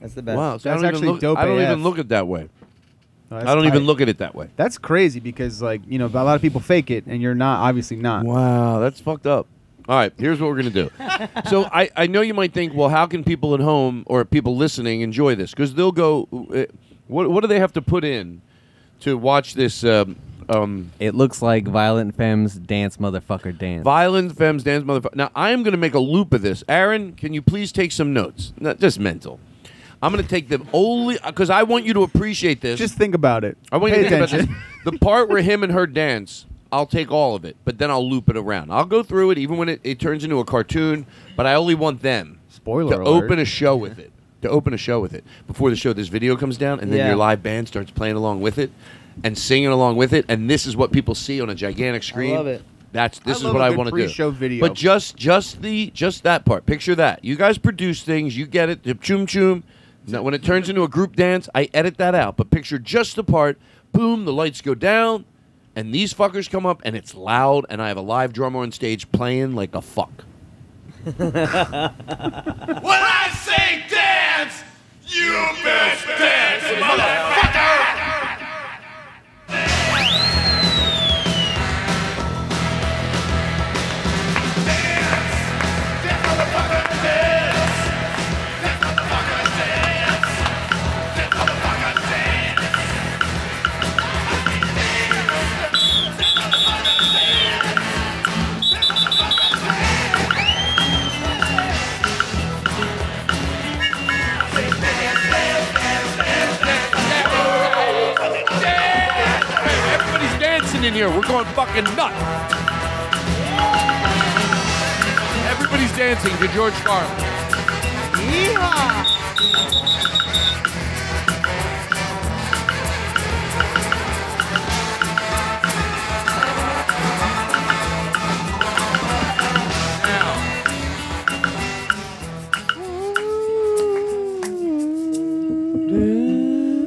That's the best.
Wow, so
That's
I don't
actually
even look,
dope
I don't
AF.
even look at that way.
No,
I
that's
don't
tight.
even look at it that way.
That's crazy because like you know a lot of people fake it and you're not obviously not.
Wow, that's fucked up. All right, here's what we're gonna do. so I, I know you might think, well, how can people at home or people listening enjoy this? Because they'll go, uh, what what do they have to put in to watch this? Um, um,
It looks like Violent Femmes dance motherfucker dance.
Violent femmes dance motherfucker. Now I am gonna make a loop of this. Aaron, can you please take some notes? Not just mental. I'm gonna take them only because I want you to appreciate this.
Just think about it.
I want
Pay
you to think about this.
attention.
The part where him and her dance, I'll take all of it, but then I'll loop it around. I'll go through it even when it, it turns into a cartoon, but I only want them
Spoiler
to
alert.
open a show with it. To open a show with it. Before the show, this video comes down, and then
Yeah.
your live band starts playing along with it and singing along with it, and this is what people see on a gigantic screen.
love it.
That's this
I
is
love
what
a
I
good
want to do.
pre-show video.
But just just the just that part. Picture that. You guys produce things. You get it. The choom choom. Now, when it turns into a group dance, I edit that out. But picture just the part. Boom. The lights go down, and these fuckers come up, and it's loud, and I have a live drummer on stage playing like a fuck.
When I say dance, you best dance, motherfucker!
Everybody's dancing in here. We're going fucking nuts. Everybody's dancing to George Carlin.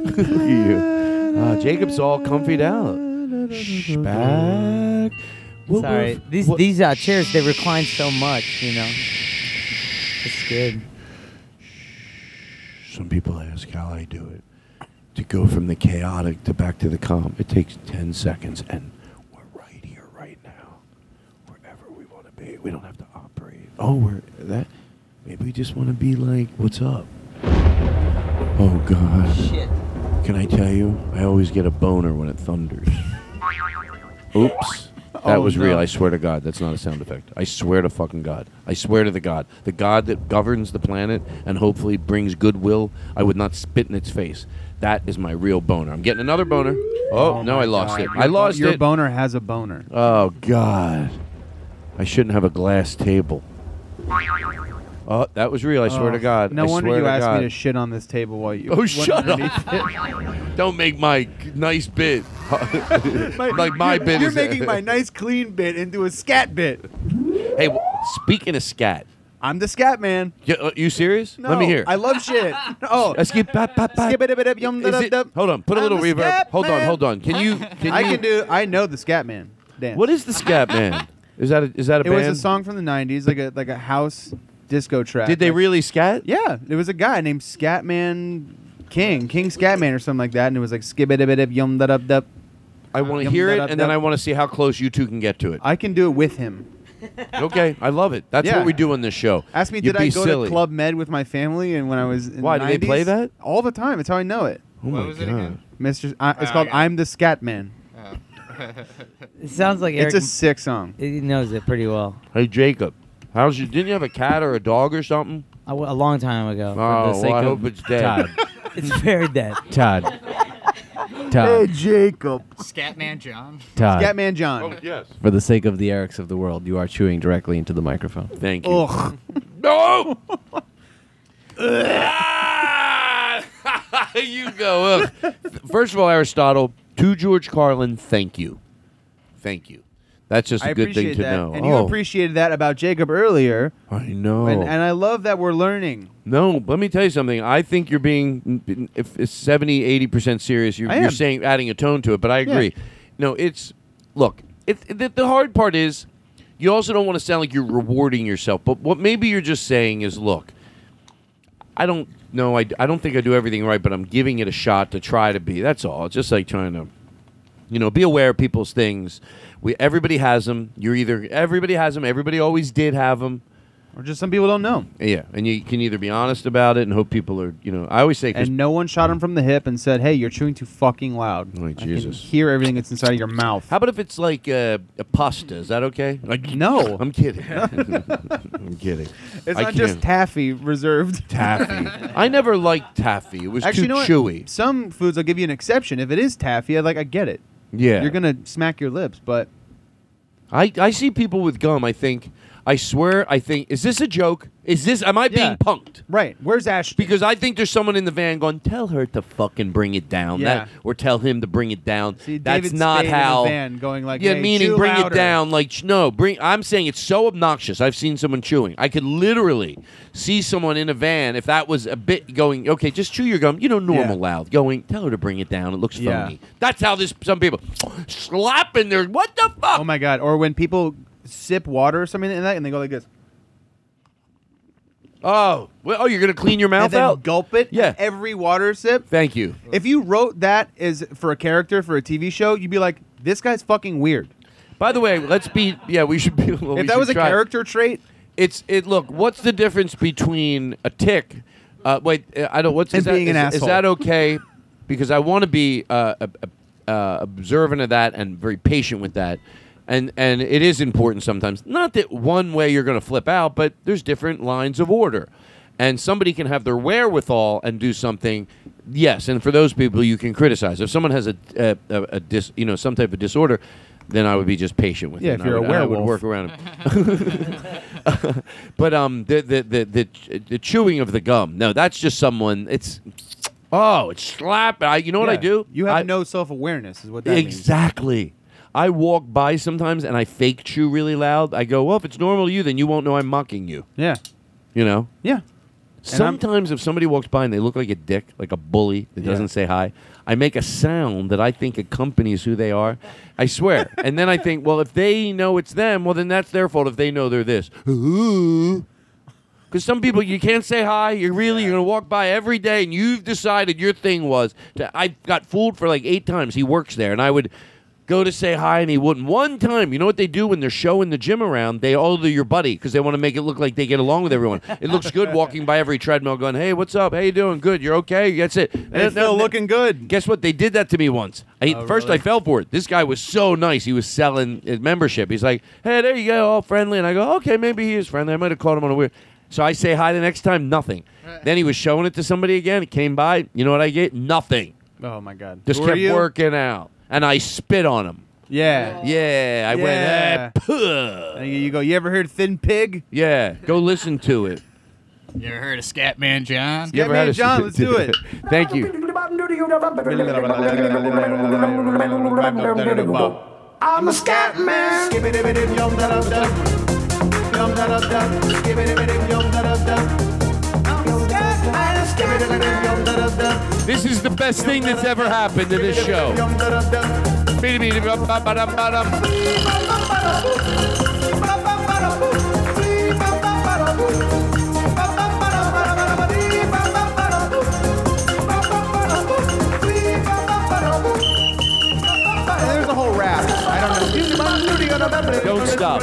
Look at you. Uh, Jacob's all comfied out. Shh, back. What-
Sorry.
what-
These
what-
these uh, chairs they recline so much, you know. It's good.
Some people ask how I do it. To go from the chaotic to back to the calm, it takes 10 seconds, and we're right here, right now, wherever we want to be. We don't have to operate. Oh, we're that. Maybe we just want to be like, what's up? Oh, God.
Shit.
Can I tell you? I always get a boner when it thunders. Oops. That
Oh,
was
no.
real. I swear to God, that's not a sound effect. I swear to fucking God. I swear to the God, the God that governs the planet and hopefully brings goodwill. I would not spit in its face. That is my real boner. I'm getting another boner. Oh, no, I lost it. I lost
Your
it.
boner has a boner.
oh God, I shouldn't have a glass table. Oh, that was real. I swear
Oh,
to God.
No
I
wonder
swear
you
to
asked
God.
me to shit on this table while you.
Oh,
went
shut up.
underneath
Don't make my g- nice bit.
it.
like my
you're,
bit
You're
is-
making my nice clean bit into a scat bit.
Hey, w- speaking of scat,
I'm the scat man.
you, uh, you serious?
No,
Let me hear.
I love shit. Oh,
Let's get bop, bop, bop.
skip it, it, it, yum,
Is it-
da-da-da.
Hold on, put a
I'm
little
the
reverb.
scat
Hold on,
man.
hold on. Can you? Can
I
you?
can do. I know the scat man. Dance.
What is the scat man? Is that a, is that a
It
band?
was a song from the '90s, like a like a house disco track.
Did they
Like-
really scat?
Yeah, there was a guy named Scatman King, King Scatman or something like that, and it was like skibidibidib yum da dub dub.
I want to
Yum,
hear it,
da-da-da.
and then I want to see how close you two can get to it.
I can do it with him.
Okay, I love it. That's
Yeah.
what we do on this show.
Ask me,
You
did I
be
go
silly.
to Club Med with my family and when I was in
Why,
the
do they play
90s?
that?
all the time? It's how I know it.
Oh my was it God. again?
Mr. I uh, it's
Oh,
called
yeah.
"I'm the Scat Man."
It sounds like
It's
Eric.
a sick song.
he knows it pretty well.
Hey Jacob, how's you? Didn't you have a cat or a dog or something?
I w- a long time ago.
Oh, well,
sake
I
of
hope it's dead.
Todd.
It's very dead.
Todd. Todd.
Jacob.
Scatman John.
Todd.
Scatman John.
yes.
For the sake of the Erics of the world, you are chewing directly into the microphone.
Thank
Oh.
you.
Ugh.
No. Ah! you go. Ugh. First of all, Aristotle, to George Carlin, thank you, thank you. That's just a
I
good thing
appreciate
to
that.
know.
And you
oh,
appreciated that about Jacob earlier.
I know.
And, and I love that we're learning.
No, let me tell you something. I think you're being if it's 70, 80 percent serious. You're,
I
you're
am.
saying adding a tone to it, but I agree. No, it's look. It, the, the hard part is you also don't want to sound like you're rewarding yourself. But what maybe you're just saying is, look, I don't know. I, I don't think I do everything right, but I'm giving it a shot to try to be. That's all. It's just like trying to, you know, be aware of people's things. We everybody has them. You're either everybody has them. Everybody always did have them.
Or just some people don't know.
Yeah, and you can either be honest about it and hope people are, you know, I always say, 'cause-
And no one shot him from the hip and said, hey, you're chewing too fucking loud.
Oh,
I can
Jesus.
hear everything that's inside of your mouth.
how about if it's like uh, a pasta? Is that okay? Like,
No.
I'm kidding. I'm kidding.
It's
I
not just
can't-
taffy reserved.
taffy. I never liked taffy. It was
Actually, you
too
know what?
chewy.
Some foods will give you an exception. If it is taffy, I like I get it.
Yeah,
You're gonna smack your lips, but
I I see people with gum. I think. I swear. I think. Is this a joke? Is this? Am I
Yeah.
being punked?
right. Where's Ash?
Because I think there's someone in the van going, tell her to fucking bring it down,
Yeah.
that, or tell him to bring it down.
See,
That's
David
not
Spade in the
how.
van going like,
yeah,
"Hey,
meaning
chew
bring
louder."
it down. Like sh- no, bring. I'm saying it's so obnoxious. I've seen someone chewing. I could literally see someone in a van if that was a bit going. Okay, just chew your gum. You know, normal
Yeah.
loud. Going, tell her to bring it down. It looks
Yeah.
phony. That's how this. Some people slapping their. What the fuck?
oh my god! Or when people sip water or something like that, and they go like this,
oh, well, oh, you're gonna clean your mouth
and then
out.
gulp it.
Yeah.
Every water sip.
Thank you.
If you wrote that as for a character for a TV show, you'd be like, this guy's fucking weird.
By the way, let's be. Yeah, we should be. well, we
if that
should
was a
try.
character trait,
It's it. Look, what's the difference between a tick? Uh, wait, uh, I don't. What's
And
is that-
being an
is- is
asshole.
that okay? Because I want to be uh, ob- ob- uh, observant of that and very patient with that, and and it is important sometimes. Not that one way you're going to flip out, but there's different lines of order, and somebody can have their wherewithal and do something. Yes, and for those people, you can criticize. If someone has a a, a, a dis, you know, some type of disorder. Then I would be just patient with it.
Yeah, if
and I
you're a
would- I would
werewolf.
work around it. But um, the the the the, ch- the chewing of the gum. No, that's just someone. It's oh, it's slap. I, you know what I
yeah,
do?
You have
I,
no self awareness, is what that means.
exactly. I walk by sometimes and I fake chew really loud. I go, well, if it's normal to you, then you won't know I'm mocking you.
Yeah.
You know.
Yeah. And I'm-
Sometimes if somebody walks by and they look like a dick, like a bully that
Yeah.
doesn't say hi, I make a sound that I think accompanies who they are. I swear. and then I think, well, if they know it's them, well, then that's their fault if they know they're this. Because some people, you can't say hi. You're really, you're going to walk by every day and you've decided your thing was to, I got fooled for like eight times. He works there and I would go to say hi and he wouldn't. One time, you know what they do when they're showing the gym around? They all do your buddy because they want to make it look like they get along with everyone. It looks good walking by every treadmill going, hey, what's up? How you doing? Good. You're okay? That's it.
And it's still looking good.
Guess what? They did that to me once. I, first, I fell for it. This guy was so nice. He was selling his membership. He's like, hey, there you go, all friendly. And I go, okay, maybe he is friendly. I might have caught him on a weird. So I say hi the next time, nothing. Then he was showing it to somebody again. It came by. You know what I get? Nothing.
Oh my god.
Just
Who are
kept
you?
working out. And I spit on him.
Yeah.
Yeah, I
Yeah.
went. "Eh, puh."
And you go, you ever heard Thin Pig?
Yeah, go listen to it.
You ever heard of Scatman John?
Yeah,
ever
man,
had a-
John, let's do it.
Thank you.
I'm a scat man.
This is the best thing that's ever happened in this show.
There's a whole rap. I don't know.
Don't stop.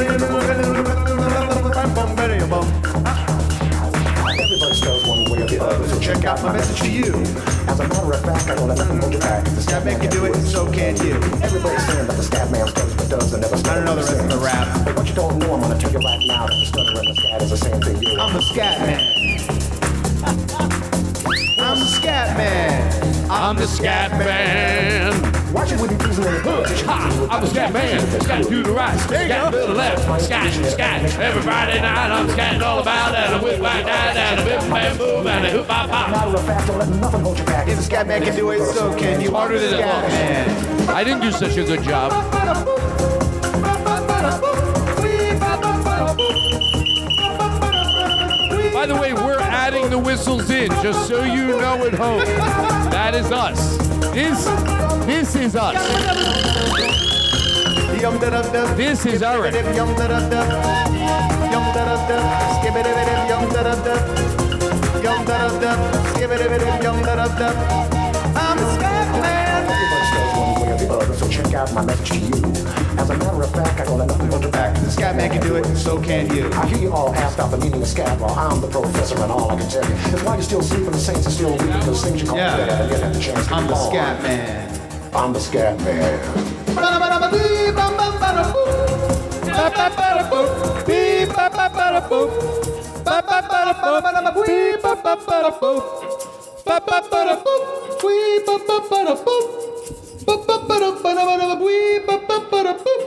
my message to you. As a matter of fact, I don't have nothing to hold you back. The scat man can do it, so can you. Everybody's saying that the scat man stutters but does and never stutters. I don't know the rest of the rap. But what you don't know, I'm gonna tell you right now that the stutter and the scat is the same thing. You. I'm a scat man. I'm the scat man. I'm the scat man. Watch it with me, please, in the
Ha! I'm a scat man. Scat to the right, scat to the left, scat, scat. Every Friday night I'm scatting all about and a whip my dad and a bim bam boom and a hoop my pop.
If the scat man can do it, so can you. Harder than scat man.
I didn't do such a good job. By the way, we're adding the whistles in, just so you know at home. That is us. This, this is us. This is Eric.
I'm a scat man. Everybody says one way or the other, so check out my message to you. As a matter of fact, I don't have nothing on your back. The scat man can do it, so can you. I hear you all asked out the meaning of scat, well, I'm the professor and all I can tell you. Is why you're still sleeping, the saints are still weeping, because things you call
Yeah.
better, and you have the chance to
I'm
be
the
born.
scat
I'm the scat man.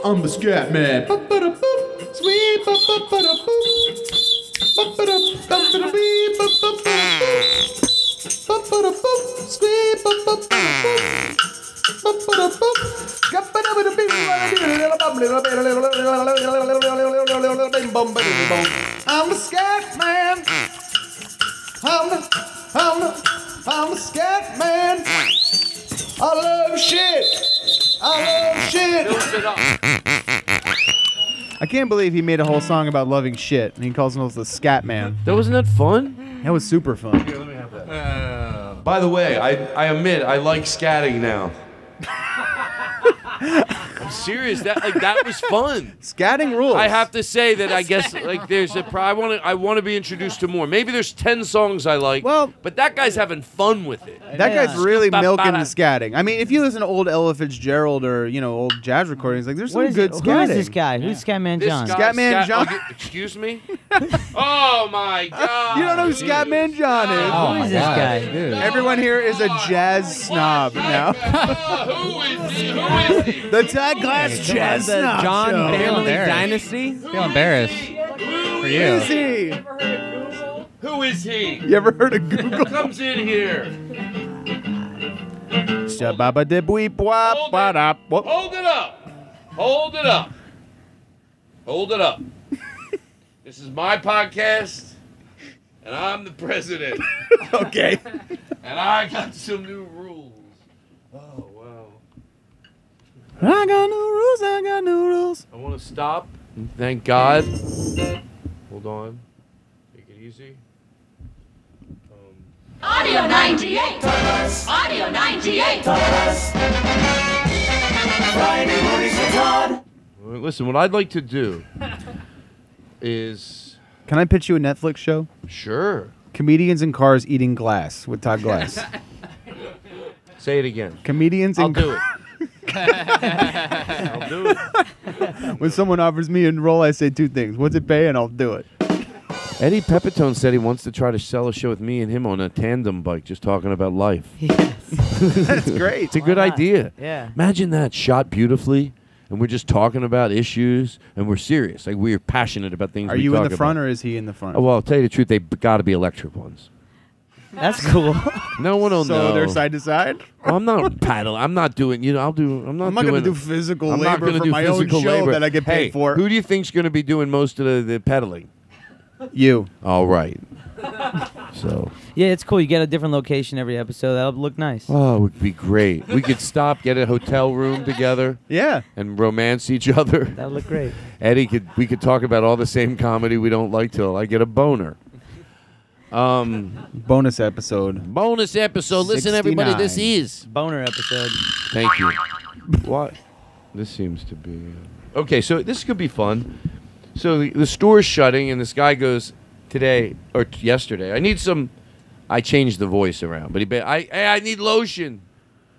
I'm the scat man.
I'm the scat man. I'm the, I'm the, I'm the scat man. I love shit. I love shit.
I can't believe he made a whole song about loving shit, and he calls himself the Scat Man.
That wasn't that fun.
That was super fun.
By the way, I, I admit I like scatting now.
I'm serious. That like that was fun.
Scatting
Oh.
rules.
I have to say that I guess like there's a. Pro- I want to. I want to be introduced to more. Maybe there's ten songs I like. Well, but that guy's having fun with it.
That guy's really milking the
Ba-ba-da.
scatting. I mean, if you listen to old Ella Fitzgerald or you know old jazz recordings, like there's
What
some
is
good
it?
scatting.
Who is this guy? Who's Scatman
This
John?
guy- Scatman
Scat-
John.
I'll get- excuse me. oh my god.
You don't know who Scatman John is?
Oh,
Oh, Who is this guy?
Everyone here is a jazz snob now. The Todd Glass
Hey, come
Jazz
on, the
Snob
John
Show.
Family Feel embarrassed. Dynasty?
Feel embarrassed for you.
Who is he?
Who is he?
You ever heard of Google?
Comes in here.
Shababa de bweep wop ba da wop.
Hold it up. Hold it up. Hold it up. this is my podcast, and I'm the president.
Okay.
And I got some new rules. Oh wow.
I got no rules. I got no rules.
I want to stop. and Thank God. Hold on. Take it easy. Um,
Audio 98. Audio 98. Friday mornings with Todd.
All right, Listen, what I'd like to do is
Can I pitch you a Netflix show?
Sure.
Comedians in cars eating glass with Todd Glass.
say it again.
Comedians in
I'll do it.
cars.
I'll do it.
When someone offers me a role, I say two things. What's it pay? And I'll do it.
Eddie Pepitone said he wants to try to sell a show with me and him on a tandem bike, just talking about life.
That's great.
It's a good idea.
Yeah.
Imagine that shot beautifully, and we're just talking about issues, and we're serious. Like we're passionate about things.
Are
we
you in
talk
the front
about.
or is he in the front?
Oh, well, I'll tell you the truth. They got to be electric ones.
That's cool.
No one will
so
know.
they're side to side.
Well, I'm not paddle. I'm not doing. You know, I'll do. I'm not.
I'm not gonna
doing,
do physical
I'm not
labor
gonna
for
do
my own
physical
show
labor.
that I get paid
Hey,
for.
Who do you think's going to be doing most of the, the pedaling?
You.
All right. so.
Yeah, it's cool. You get a different location every episode. That'll look nice.
Oh, it would be great. We could stop, get a hotel room together.
Yeah.
And romance each other.
That'd look great.
Eddie could we could talk about all the same comedy we don't like till I get a boner. Um
bonus episode.
Bonus episode. Listen everybody, this
69.
is
boner episode.
Thank you. what this seems to be uh, Okay, so this could be fun. So the, the store's shutting and this guy goes today or t- yesterday. I need some I changed the voice around, but he ba- I hey, I need lotion.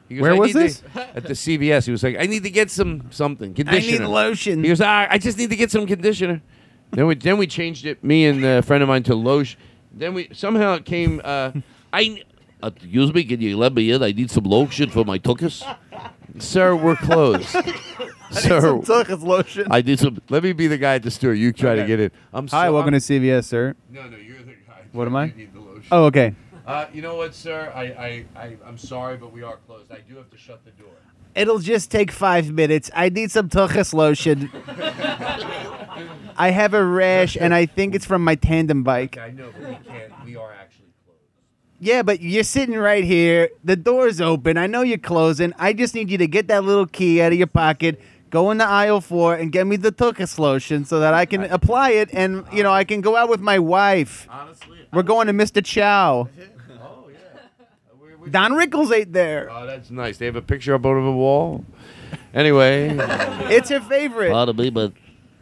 He
Where
"I
was
need
this?"
to-" at the CVS, he was like, "I need to get some something conditioner."
lotion.
He goes, "Ah, "I just need to get some conditioner." then we then we changed it. Me and a friend of mine to lotion. Then we somehow it came. Uh, I uh, excuse me, can you let me in? I need some lotion for my tuchus. Sir, we're closed. Sir,
lotion.
I need some. Let me be the guy at the store. You try to
Okay.
get in. I'm
Hi,
so-
welcome
I'm-
to CVS, sir.
No, no, you're the guy.
What am I?
You need the lotion.
Oh, okay.
Uh, you know what, sir? I, I, I, I'm sorry, but we are closed. I do have to shut the door.
It'll just take five minutes. I need some Tuchus lotion. I have a rash, and I think it's from my tandem bike.
I know, but we can't. We are actually.
Yeah, but you're sitting right here. The door's open. I know you're closing. I just need you to get that little key out of your pocket, go into aisle four, and get me the Tuchus lotion so that I can apply it, and you know I can go out with my wife. Honestly, we're going to Mr. Chow.
Oh yeah.
Don Rickles ate there.
Oh, that's nice. They have a picture up over the wall. Anyway,
It's her favorite.
pardon me, but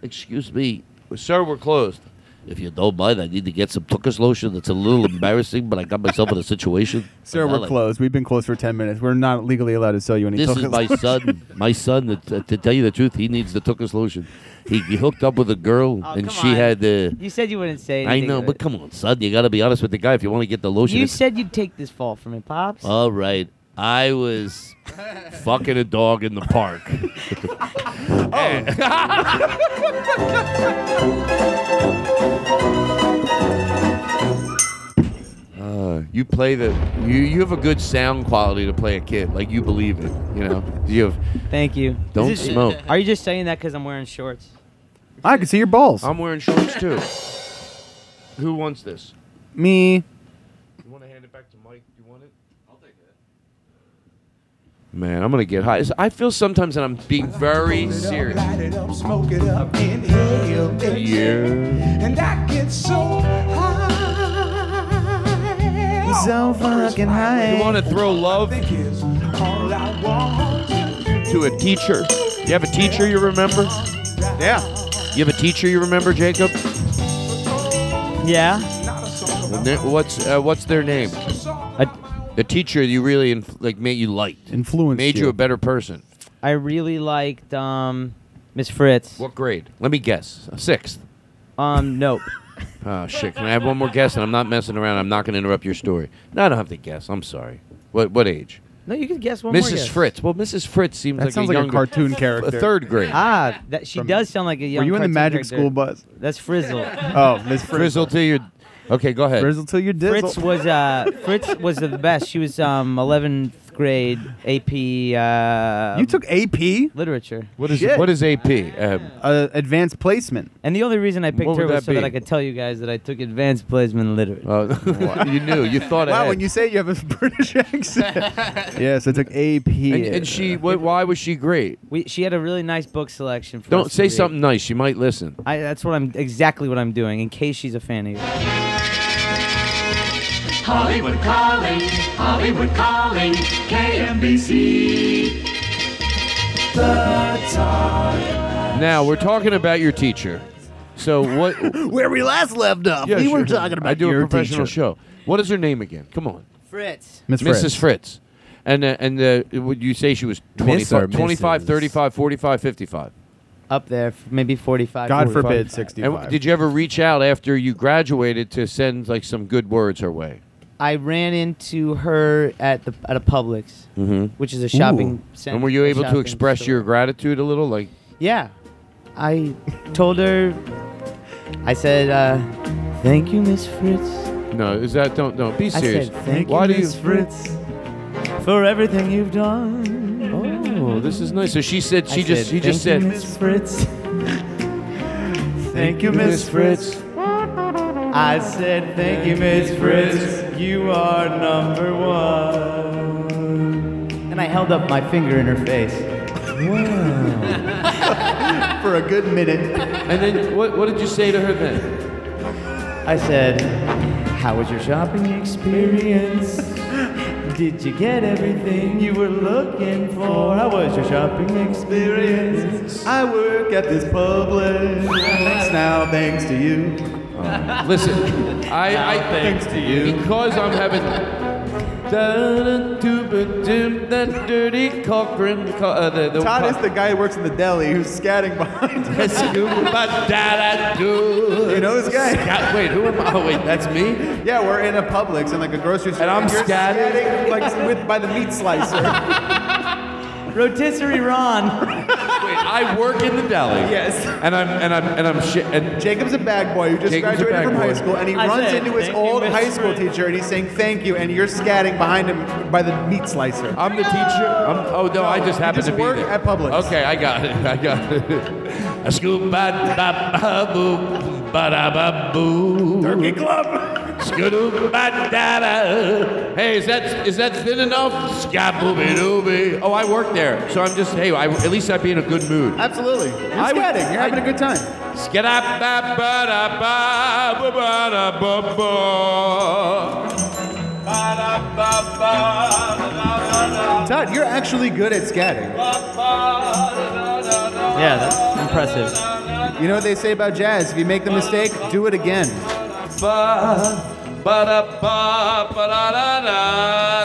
excuse me, sir, we're closed. If you don't mind, I need to get some Tucker's lotion. It's a little embarrassing, but I got myself in a situation.
Sir, we're
Like,
closed. We've been closed for 10 minutes. We're not legally allowed to sell you any
This is
Tuchus
my
lotion.
son. My son. that- that- To tell you the truth, he needs the Tucker's lotion. He, he hooked up with a girl,
Oh,
and she had the.
You said you wouldn't say
I
anything.
know,
of
but
it.
come on, son. You got to be honest with the guy if you want to get the lotion.
you
It's-
said you'd take this fall from me, pops.
All right. I was fucking a dog in the park.
Oh.
Uh, you play the you you have a good sound quality to play a kid like you believe it you know you have
Thank you
don't
Is this-
smoke
Are you just saying that because I'm wearing shorts?
I can see your balls.
I'm wearing shorts too who wants this
Me.
you want to hand it back to Mike you want it I'll take it man I'm gonna get high I feel sometimes that I'm being very serious
Light it up, smoke it up, inhale, exhale. And I get so high.
So fucking high.
You want to throw love to a teacher? You have a teacher you remember? Yeah. You have a teacher you remember, Jacob?
Yeah.
What's uh, what's their name? A, teacher you really inf- like made you liked,
influenced,
made you
you.
a better person.
I really liked um, Miss Fritz.
What grade? Let me guess. A sixth.
Um, nope.
Oh shit! Can I have one more guess? And I'm not messing around. I'm not going to interrupt your story. No, I don't have to guess. I'm sorry. What what age?
No, you could guess one more.
Mrs.
guess.
Fritz. Well, Mrs. Fritz seems
That
like
sounds
a
like a
younger-
cartoon character.
third grade.
Ah, that she does sound like a young.
you in the
cartoon
Magic
character.
School Bus?
That's Frizzle.
Oh, Miss
Frizzle till you. Okay, go ahead.
Frizzle till you dizzle.
Fritz was uh, Fritz was the best. She was um 11th grade AP. Uh,
You took AP
literature.
What is- Shit. what is Um, AP?
uh, advanced placement.
And the only reason I picked
What
her
would
was
that
so that
be?
I could tell you guys that I took advanced placement literature.
Uh. you knew. You thought
Wow, when you say it, you have a British accent. yes, I took AP.
And, and she, wh- why was she great?
We, she had a really nice book selection. For
Don't
us to
say
read.
something nice. She might listen.
I, that's what I'm exactly what I'm doing in case she's a fan of you.
Hollywood calling, Hollywood calling, KMBC. The time.
Now we're talking about your teacher. So what?
Where we last left off, we were talking about
I do
your
a professional
teacher.
show. What is her name again? Come on,
Fritz.
Miss
Mrs. Fritz. And uh, and uh, would you say she was 20,
Miss or
25,
Mrs.?
35, 45, 55?
Up there, f- maybe 45.
God forbid,
60.
And w- did you ever reach out after you graduated to send like some good words her way?
I ran into her at the at a Publix,
Mhm.
which is a shopping center.
And were you able to
shopping
express
store.
your gratitude a little? Like,
Yeah, I told her. I said, uh, "Thank you, Miss Fritz."
no, is that don't don't be
I
serious?
said, "Thank
Why
you,
do you?
Miss Fritz, for everything you've done."
Oh, this is nice. So she said she
I
just
said,
she just
"Thank
said
you, Miss Fritz. Thank you, Miss Fritz. I said, thank you, Miss Fritz. You are number one. And I held up my finger in her face.
for a good minute.
And then what, what did you say to her then?
I said, how was your shopping experience? Did you get everything you were looking for? How was your shopping experience?
I work at this Publix now, thanks to you.
Oh, Listen, I, I thanks to you because I'm having that dirty Cochran. Co- uh, the, the,
Todd is the guy who works in the deli who's scatting behind us.
you
know this guy?
Scat- wait, who am I? Oh, wait, that's me?
Yeah, we're in a Publix in like a grocery store. And
I'm
You're
scatting?
like, with, by the meat slicer.
Rotisserie Ron. Wait, I work in the deli.
Yes.
And I'm and I'm and I'm shit. And
Jacob's a bag boy who just
Jacob's a
graduated
bag
from high
boy.
school and he
I
runs
said,
into his
"Thank you,
old
Mr.
high school teacher and he's saying thank you and you're scatting behind him by the meat slicer.
I'm the teacher. I'm, oh no, I just happened to be
work
there.
at Publix.
Okay, I got it. I got it. A scoop, ba ba ba boo, ba da ba boo. Turkey club. Skidoo, ba da da. Hey, is that is that thin enough? Scabooby dooby. Oh, I work there, so I'm just hey. I, at least I'd be in a good mood.
Absolutely. You're scatting. You're having a good time. Todd, you're actually good at scatting.
Yeah, that's impressive.
You know what they say about jazz? If you make the mistake, do it again.
Ba, ba da ba, ba da da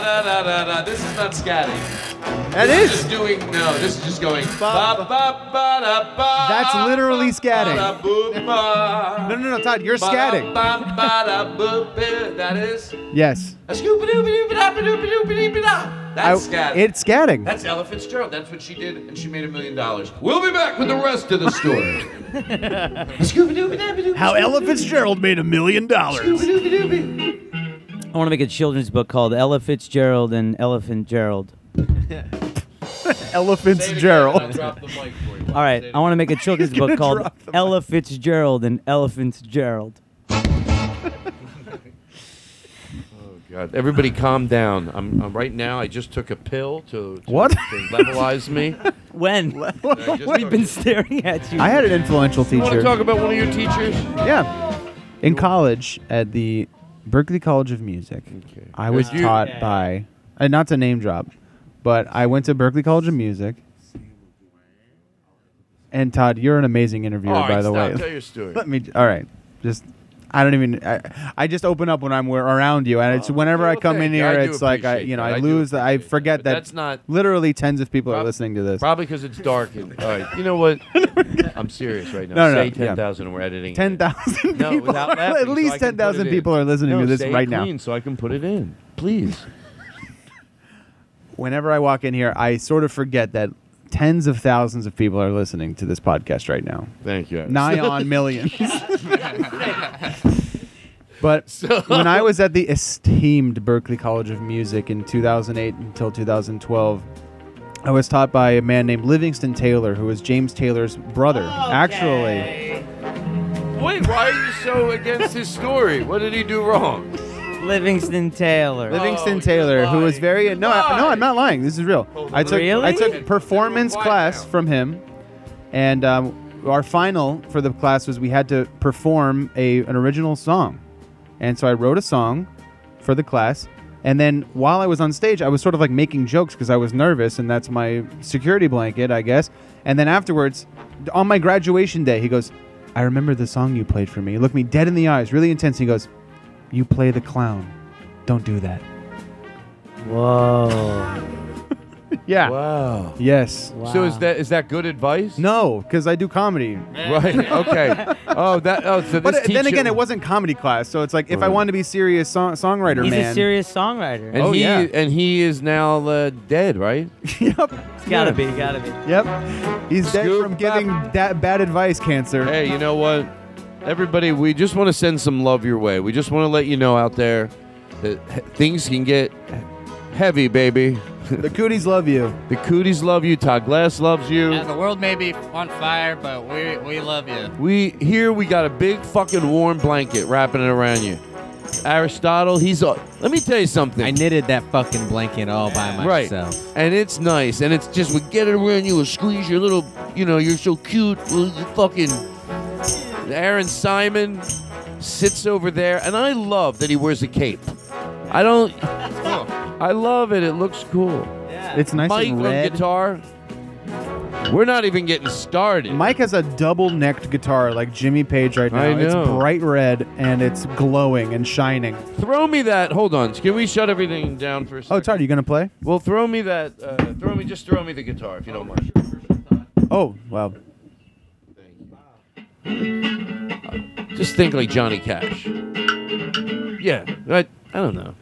da da da da da. This is not scatting.
That
this
is.
just doing no. This is just going ba ba ba da ba.
That's literally
Ba,
scatting.
da, boo, ba.
No, no, no, Todd, you're
Ba, da,
scatting.
Ba, ba, da, boo, boo. That is.
Yes.
A scoop a doop a doop a doop a doop a doop a That's
I-
scatting.
it's scatting.
That's Ella Fitzgerald. That's what she did, and she made a million dollars. We'll be back with the rest of the story.
How Ella Fitzgerald
made a million I want to make a children's book called Ella Fitzgerald and Elephant Gerald.
Elephants Gerald.
All right, I want to make a children's
He's gonna
book called
drop
Ella Fitzgerald and Elephant Gerald.
God, everybody calm down. I'm, I'm right now. I just took a pill to, to
What?
to levelize me.
When? We've been staring at you.
I had an influential
You want to
teacher
talk about one of your teachers?
Yeah. in college at the Berkeley College of Music. I was
You-
taught by, and not to name drop, but I went to Berkeley College of Music. And Todd, you're an amazing interviewer,
All right,
by the
stop.
way.
Tell your story.
Let me. All right, just. I don't even. I, I just open up when I'm where- around you, and it's whenever I come in
Oh, thank you. I
here,
do
it's like I,
appreciate
you know,
that.
I,
I do
lose, I forget that.
that's not-
Literally, tens of people are listening to this.
Probably because it's dark. And, all right. You know what? I'm serious right now.
No, no,
say
yeah.
10,000 and we're editing. it.
10,000
No,
people
without
are-
laughing,
at
so
least
I can
10,000
put it in.
people are listening
No,
to this
say it
right now.
clean So I can put it in. Please.
whenever I walk in here, I sort of forget that tens of thousands of people are listening to this podcast right now.
Thank you.
Nigh on millions. But when I was at the esteemed Berkeley College of Music in 2008 until 2012, I was taught by a man named Livingston Taylor, who was James Taylor's brother. Actually,
Wait, why are you so against his story? What did he do wrong?
Livingston Taylor.
Livingston Taylor, who was very no, I, no, I'm not lying. This is real. I took I
Really?
took performance class from him, and um, our final for the class was we had to perform a an original song, and so I wrote a song for the class. And then while I was on stage, I was sort of like making jokes because I was nervous, and that's my security blanket, I guess. And then afterwards, on my graduation day, he goes, I remember the song you played for me. He looked me dead in the eyes, really intense. He goes, You play the clown. Don't do that. Whoa. yeah.
Wow.
Yes.
So is that is that good advice?
No, because I do comedy.
Right. Okay. Oh, that. Oh, so this
But uh, then
teacher-
again, it wasn't comedy class, so it's like if I wanted to be serious song- songwriter,
He's
man.
a serious songwriter.
And he and he is now uh, dead, right?
It's gotta be, gotta be.
Yep. He's dead from giving da- bad advice cancer.
Hey, you know what? Everybody, we just want to send some love your way. We just want to let you know out there that he- things can get heavy, baby.
The cooties love you.
The cooties love you. Todd Glass loves you.
Yeah, the world may be on fire, but we we love you.
We here we got a big fucking warm blanket wrapping it around you. Aristotle, he's a, let me tell you something. I
knitted that fucking blanket all by myself.
Right. And it's nice and it's just we get it around you, we squeeze your little you know, you're so cute. well, you fucking Aaron Simon sits over there and I love that he wears a cape. I don't I love it. It looks cool.
It's nice
Mike
and red.
on guitar. We're not even getting started.
Mike has a double-necked guitar like Jimmy Page right now.
I know.
It's bright red and it's glowing and shining.
Throw me that. Hold on. Can we shut everything down for a
Oh,
second?
Todd, you gonna play?
Well, throw me that. Uh, throw me. Just throw me the guitar if you don't mind.
Oh, wow.
Just think like Johnny Cash. Yeah. I, I don't know.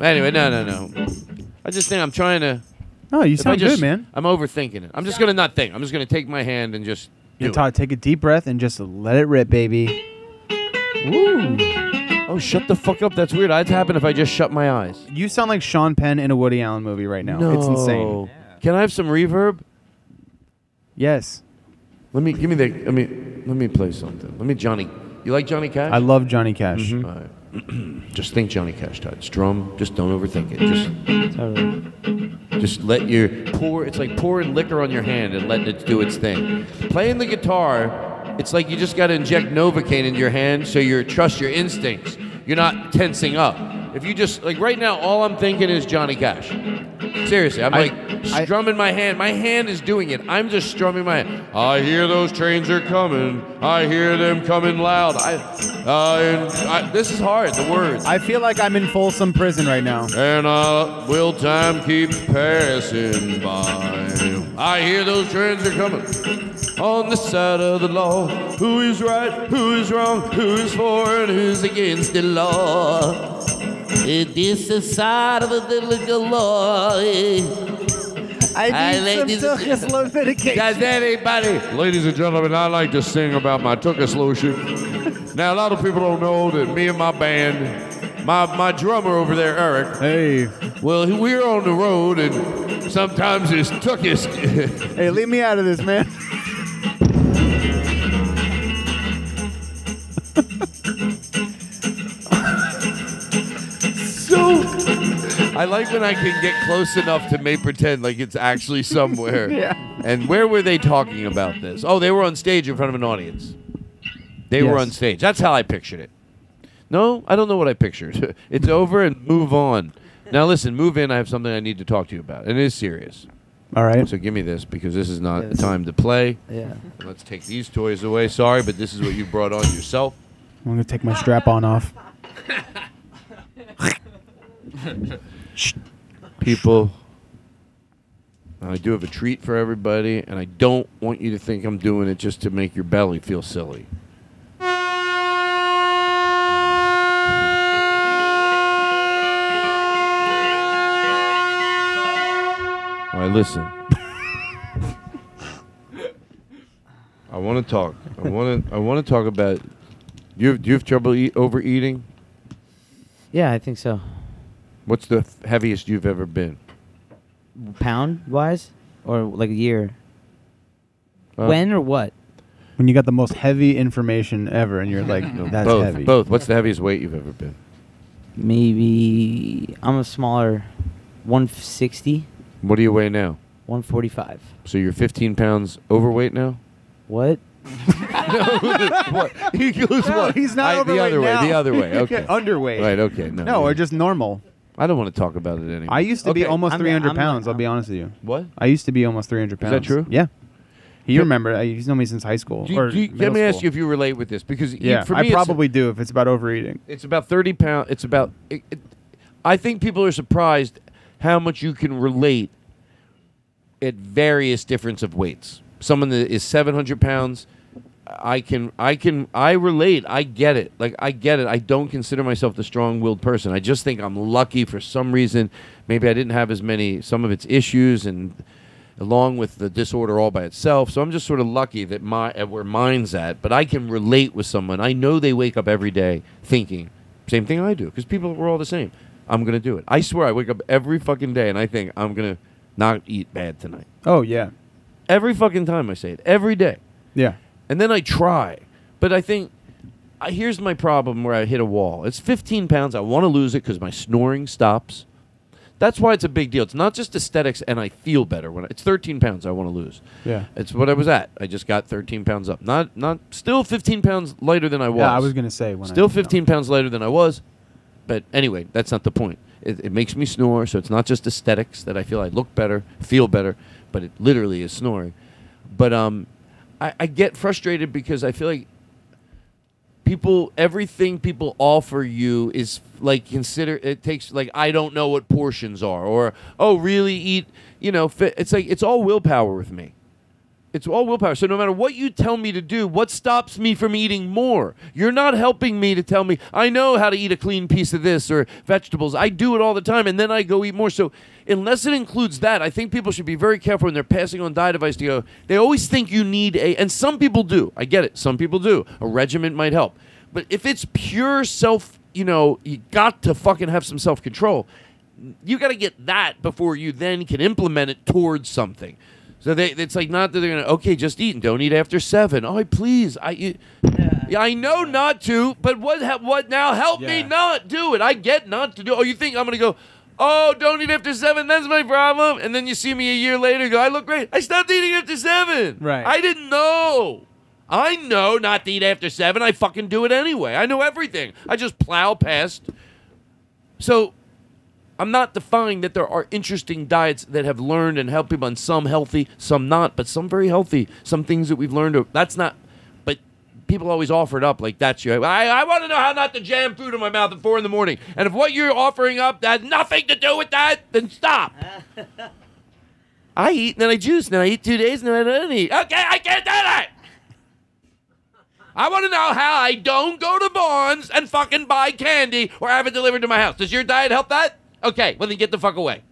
Anyway, no, no, no. I just think I'm trying to.
No, Oh, you
if I
sound good,
just-
man.
I'm overthinking it. I'm just gonna not think. I'm just gonna take my hand and just.
Yeah, Todd, take a deep breath and just let it rip, baby.
Ooh. Oh, shut the fuck up. That's weird. I'd happen if I just shut my eyes.
You sound like Sean Penn in a Woody Allen movie right now. It's insane.
No. Can I have some reverb?
Yes.
Let me give me the. Let me let me play something. Let me Johnny. You like Johnny Cash?
I love Johnny Cash.
All right. just think Johnny Cash, Todd. It's drum. Just don't overthink it. Just just let your pour. It's like pouring liquor on your hand and letting it do its thing. Playing the guitar, it's like you just got to inject Novocaine into your hand so you trust your instincts. You're not tensing up. If you just like right now, all I'm thinking is Johnny Cash. Seriously, I'm
I-
like strumming my hand. My hand is doing it. I'm just strumming my hand. I hear those trains are coming. I hear them coming loud. I, uh, and I, this is hard. The words.
I feel like I'm in Folsom Prison right now.
And uh, will time keep passing by? I hear those trains are coming on the side of the law. Who is right? Who is wrong? Who is for and who's against the law? It is the side of the legal law.
I need some circus low medication.
Does anybody? Ladies and gentlemen, I like to sing about my Tuckus lotion. now, a lot of people don't know that me and my band, my, my drummer over there, Eric.
Hey.
Well, we're on the road, and sometimes it's Tuckus.
Hey, leave me out of this, man.
so. I like when I can get close enough to make pretend like it's actually somewhere.
Yeah.
And where were they talking about this? Oh, they were on stage in front of an audience. They were
Yes.
on stage. That's how I pictured it. No, I don't know what I pictured. it's over and move on. Now listen, move in. I have something I need to talk to you about. It is serious.
All right.
So give me this because this is not
Yeah,
the
this-
time to play.
Yeah.
Let's take these toys away. Sorry, but this is what you brought on yourself.
I'm gonna take my strap on off.
people. I do have a treat for everybody, and I don't want you to think I'm doing it just to make your belly feel silly. All right, listen. I want to talk. I want to. I want to talk about. You have, do you have trouble eat, overeating?
Yeah, I think so.
What's the f- heaviest you've ever been?
Pound wise, or like a year.
Uh,
when or what?
When you got the most heavy information ever, and you're like, that's
both.
heavy.
Both. What's the heaviest weight you've ever been?
Maybe I'm a smaller, 160,
What do you weigh now?
145.
So you're 15 pounds overweight now.
What?
what? He goes
No,
what?
he's
I-
not
the
overweight
other
now.
way. The other way. Okay.
Underweight.
Right. Okay. No.
No,
yeah.
or just normal.
I don't want to talk about it anymore.
I used to be
Okay.
almost
I'm-
300
I'm-
pounds. I'll be honest with you.
What?
I used to be almost 300
Is
pounds.
that true?
Yeah. You
But-
remember? I, he's known me since high school.
Do you-
or
do you-
middle
let me ask
school.
you if you relate with this because you-
Yeah,
for me
I
it's-
probably do if it's about overeating.
It's about 30 pounds. It's about. It, it, I think people are surprised how much you can relate at various difference of weights. Someone that is 700 pounds, I can, I can, I relate. I get it. Like I get it. I don't consider myself the strong-willed person. I just think I'm lucky for some reason. Maybe I didn't have as many some of its issues and along with the disorder all by itself. So I'm just sort of lucky that my at where mine's at, but I can relate with someone. I know they wake up every day thinking same thing I do because people we're all the same. I'm gonna do it. I swear I wake up every fucking day and I think I'm gonna not eat bad tonight.
Oh yeah,
Every fucking time I say it. Every day.
yeah.
And then I try. But I think I, here's my problem where I hit a wall. It's 15 pounds. I want to lose it because my snoring stops. That's why it's a big deal. It's not just aesthetics, and I feel better when I, it's 13 pounds. I want to lose.
Yeah.
it's what I was at. I just got 13 pounds up. Not not still 15 pounds lighter than I was.
Yeah, I was gonna say when I-
still 15 pounds lighter than I was. But anyway, that's not the point. It, it makes me snore, so it's not just aesthetics that I feel I look better, feel better. but it literally is snoring. But um, I, I get frustrated because I feel like people everything people offer you is like consider it takes like i don't know what portions are or oh really eat you know fit. it's like it's all willpower with me it's all willpower so no matter what you tell me to do what stops me from eating more you're not helping me to tell me i know how to eat a clean piece of this or vegetables i do it all the time and then i go eat more so unless it includes that i think people should be very careful when they're passing on diet advice to go they always think you need a and some people do i get it some people do a regiment might help but if it's pure self you know you got to fucking have some self-control you got to get that before you then can implement it towards something. So they, it's like not that they're gonna okay, just eat and don't eat after seven. Oh, please, I, you, yeah, I know not to, but what, ha- what now? Help me not do it. I get not to do. Oh, you think I'm gonna go? Oh, don't eat after seven. That's my problem. And then you see me a year later, go, I look great. I stopped eating after seven.
Right.
I didn't know. I know not to eat after seven. I fucking do it anyway. I know everything. I just plow past. So I'm not defying that there are interesting diets that have learned and helped people, and some healthy, some not, but some very healthy. Some things that we've learned. Are, that's not. But people always offer it up like that's your. I, I want to know how not to jam food in my mouth at four in the morning. And if what you're offering up has nothing to do with that, then stop. I eat, and then I juice, and then I eat two days, and then I don't eat. Okay, I can't do that. I want to know how I don't go to Barnes and fucking buy candy or have it delivered to my house. Does your diet help that? Okay, well then get the fuck away.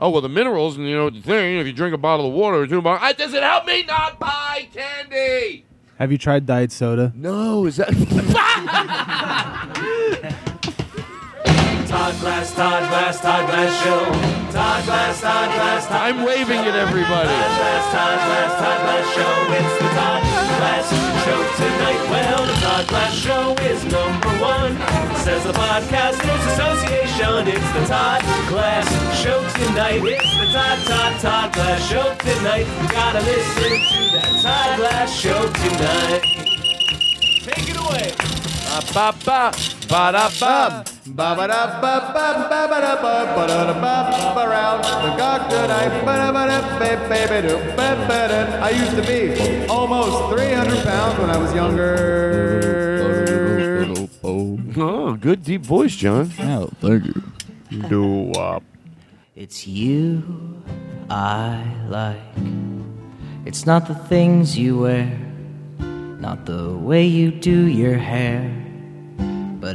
Oh well, the minerals and you know the thing. If you drink a bottle of water or two bottles, I, does it help me not buy candy?
Have you tried diet soda?
No, is that
Todd Glass, Todd Glass, Todd Glass Show. Todd Glass, Todd Glass, Todd
I'm waving at
Todd
everybody.
Glass, Todd Glass, Todd Glass Show. It's the Todd Glass Show tonight. Well, the Todd Glass Show is number one. Says the Podcasters Association. It's the Todd Glass Show tonight. It's the Todd, Todd, Todd Glass Show tonight. You gotta listen to that Todd Glass Show tonight. Take it away.
Ba ba ba da ba
ba ba da ba ba ba ba da ba ba da da ba ba round the clock tonight ba da ba da ba baby do ba ba da. I used to be almost 300 pounds when I was younger.
Oh, good deep voice, John.
Oh, thank you.
Do
It's you I like. It's not the things you wear, not the way you do your hair, but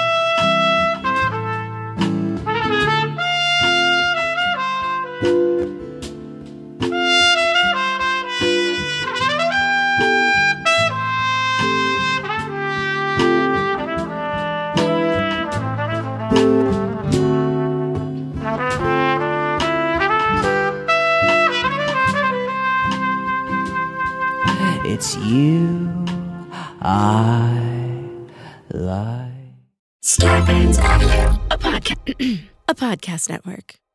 It's you I like.
Scarpins Audio, a podcast, a podcast network.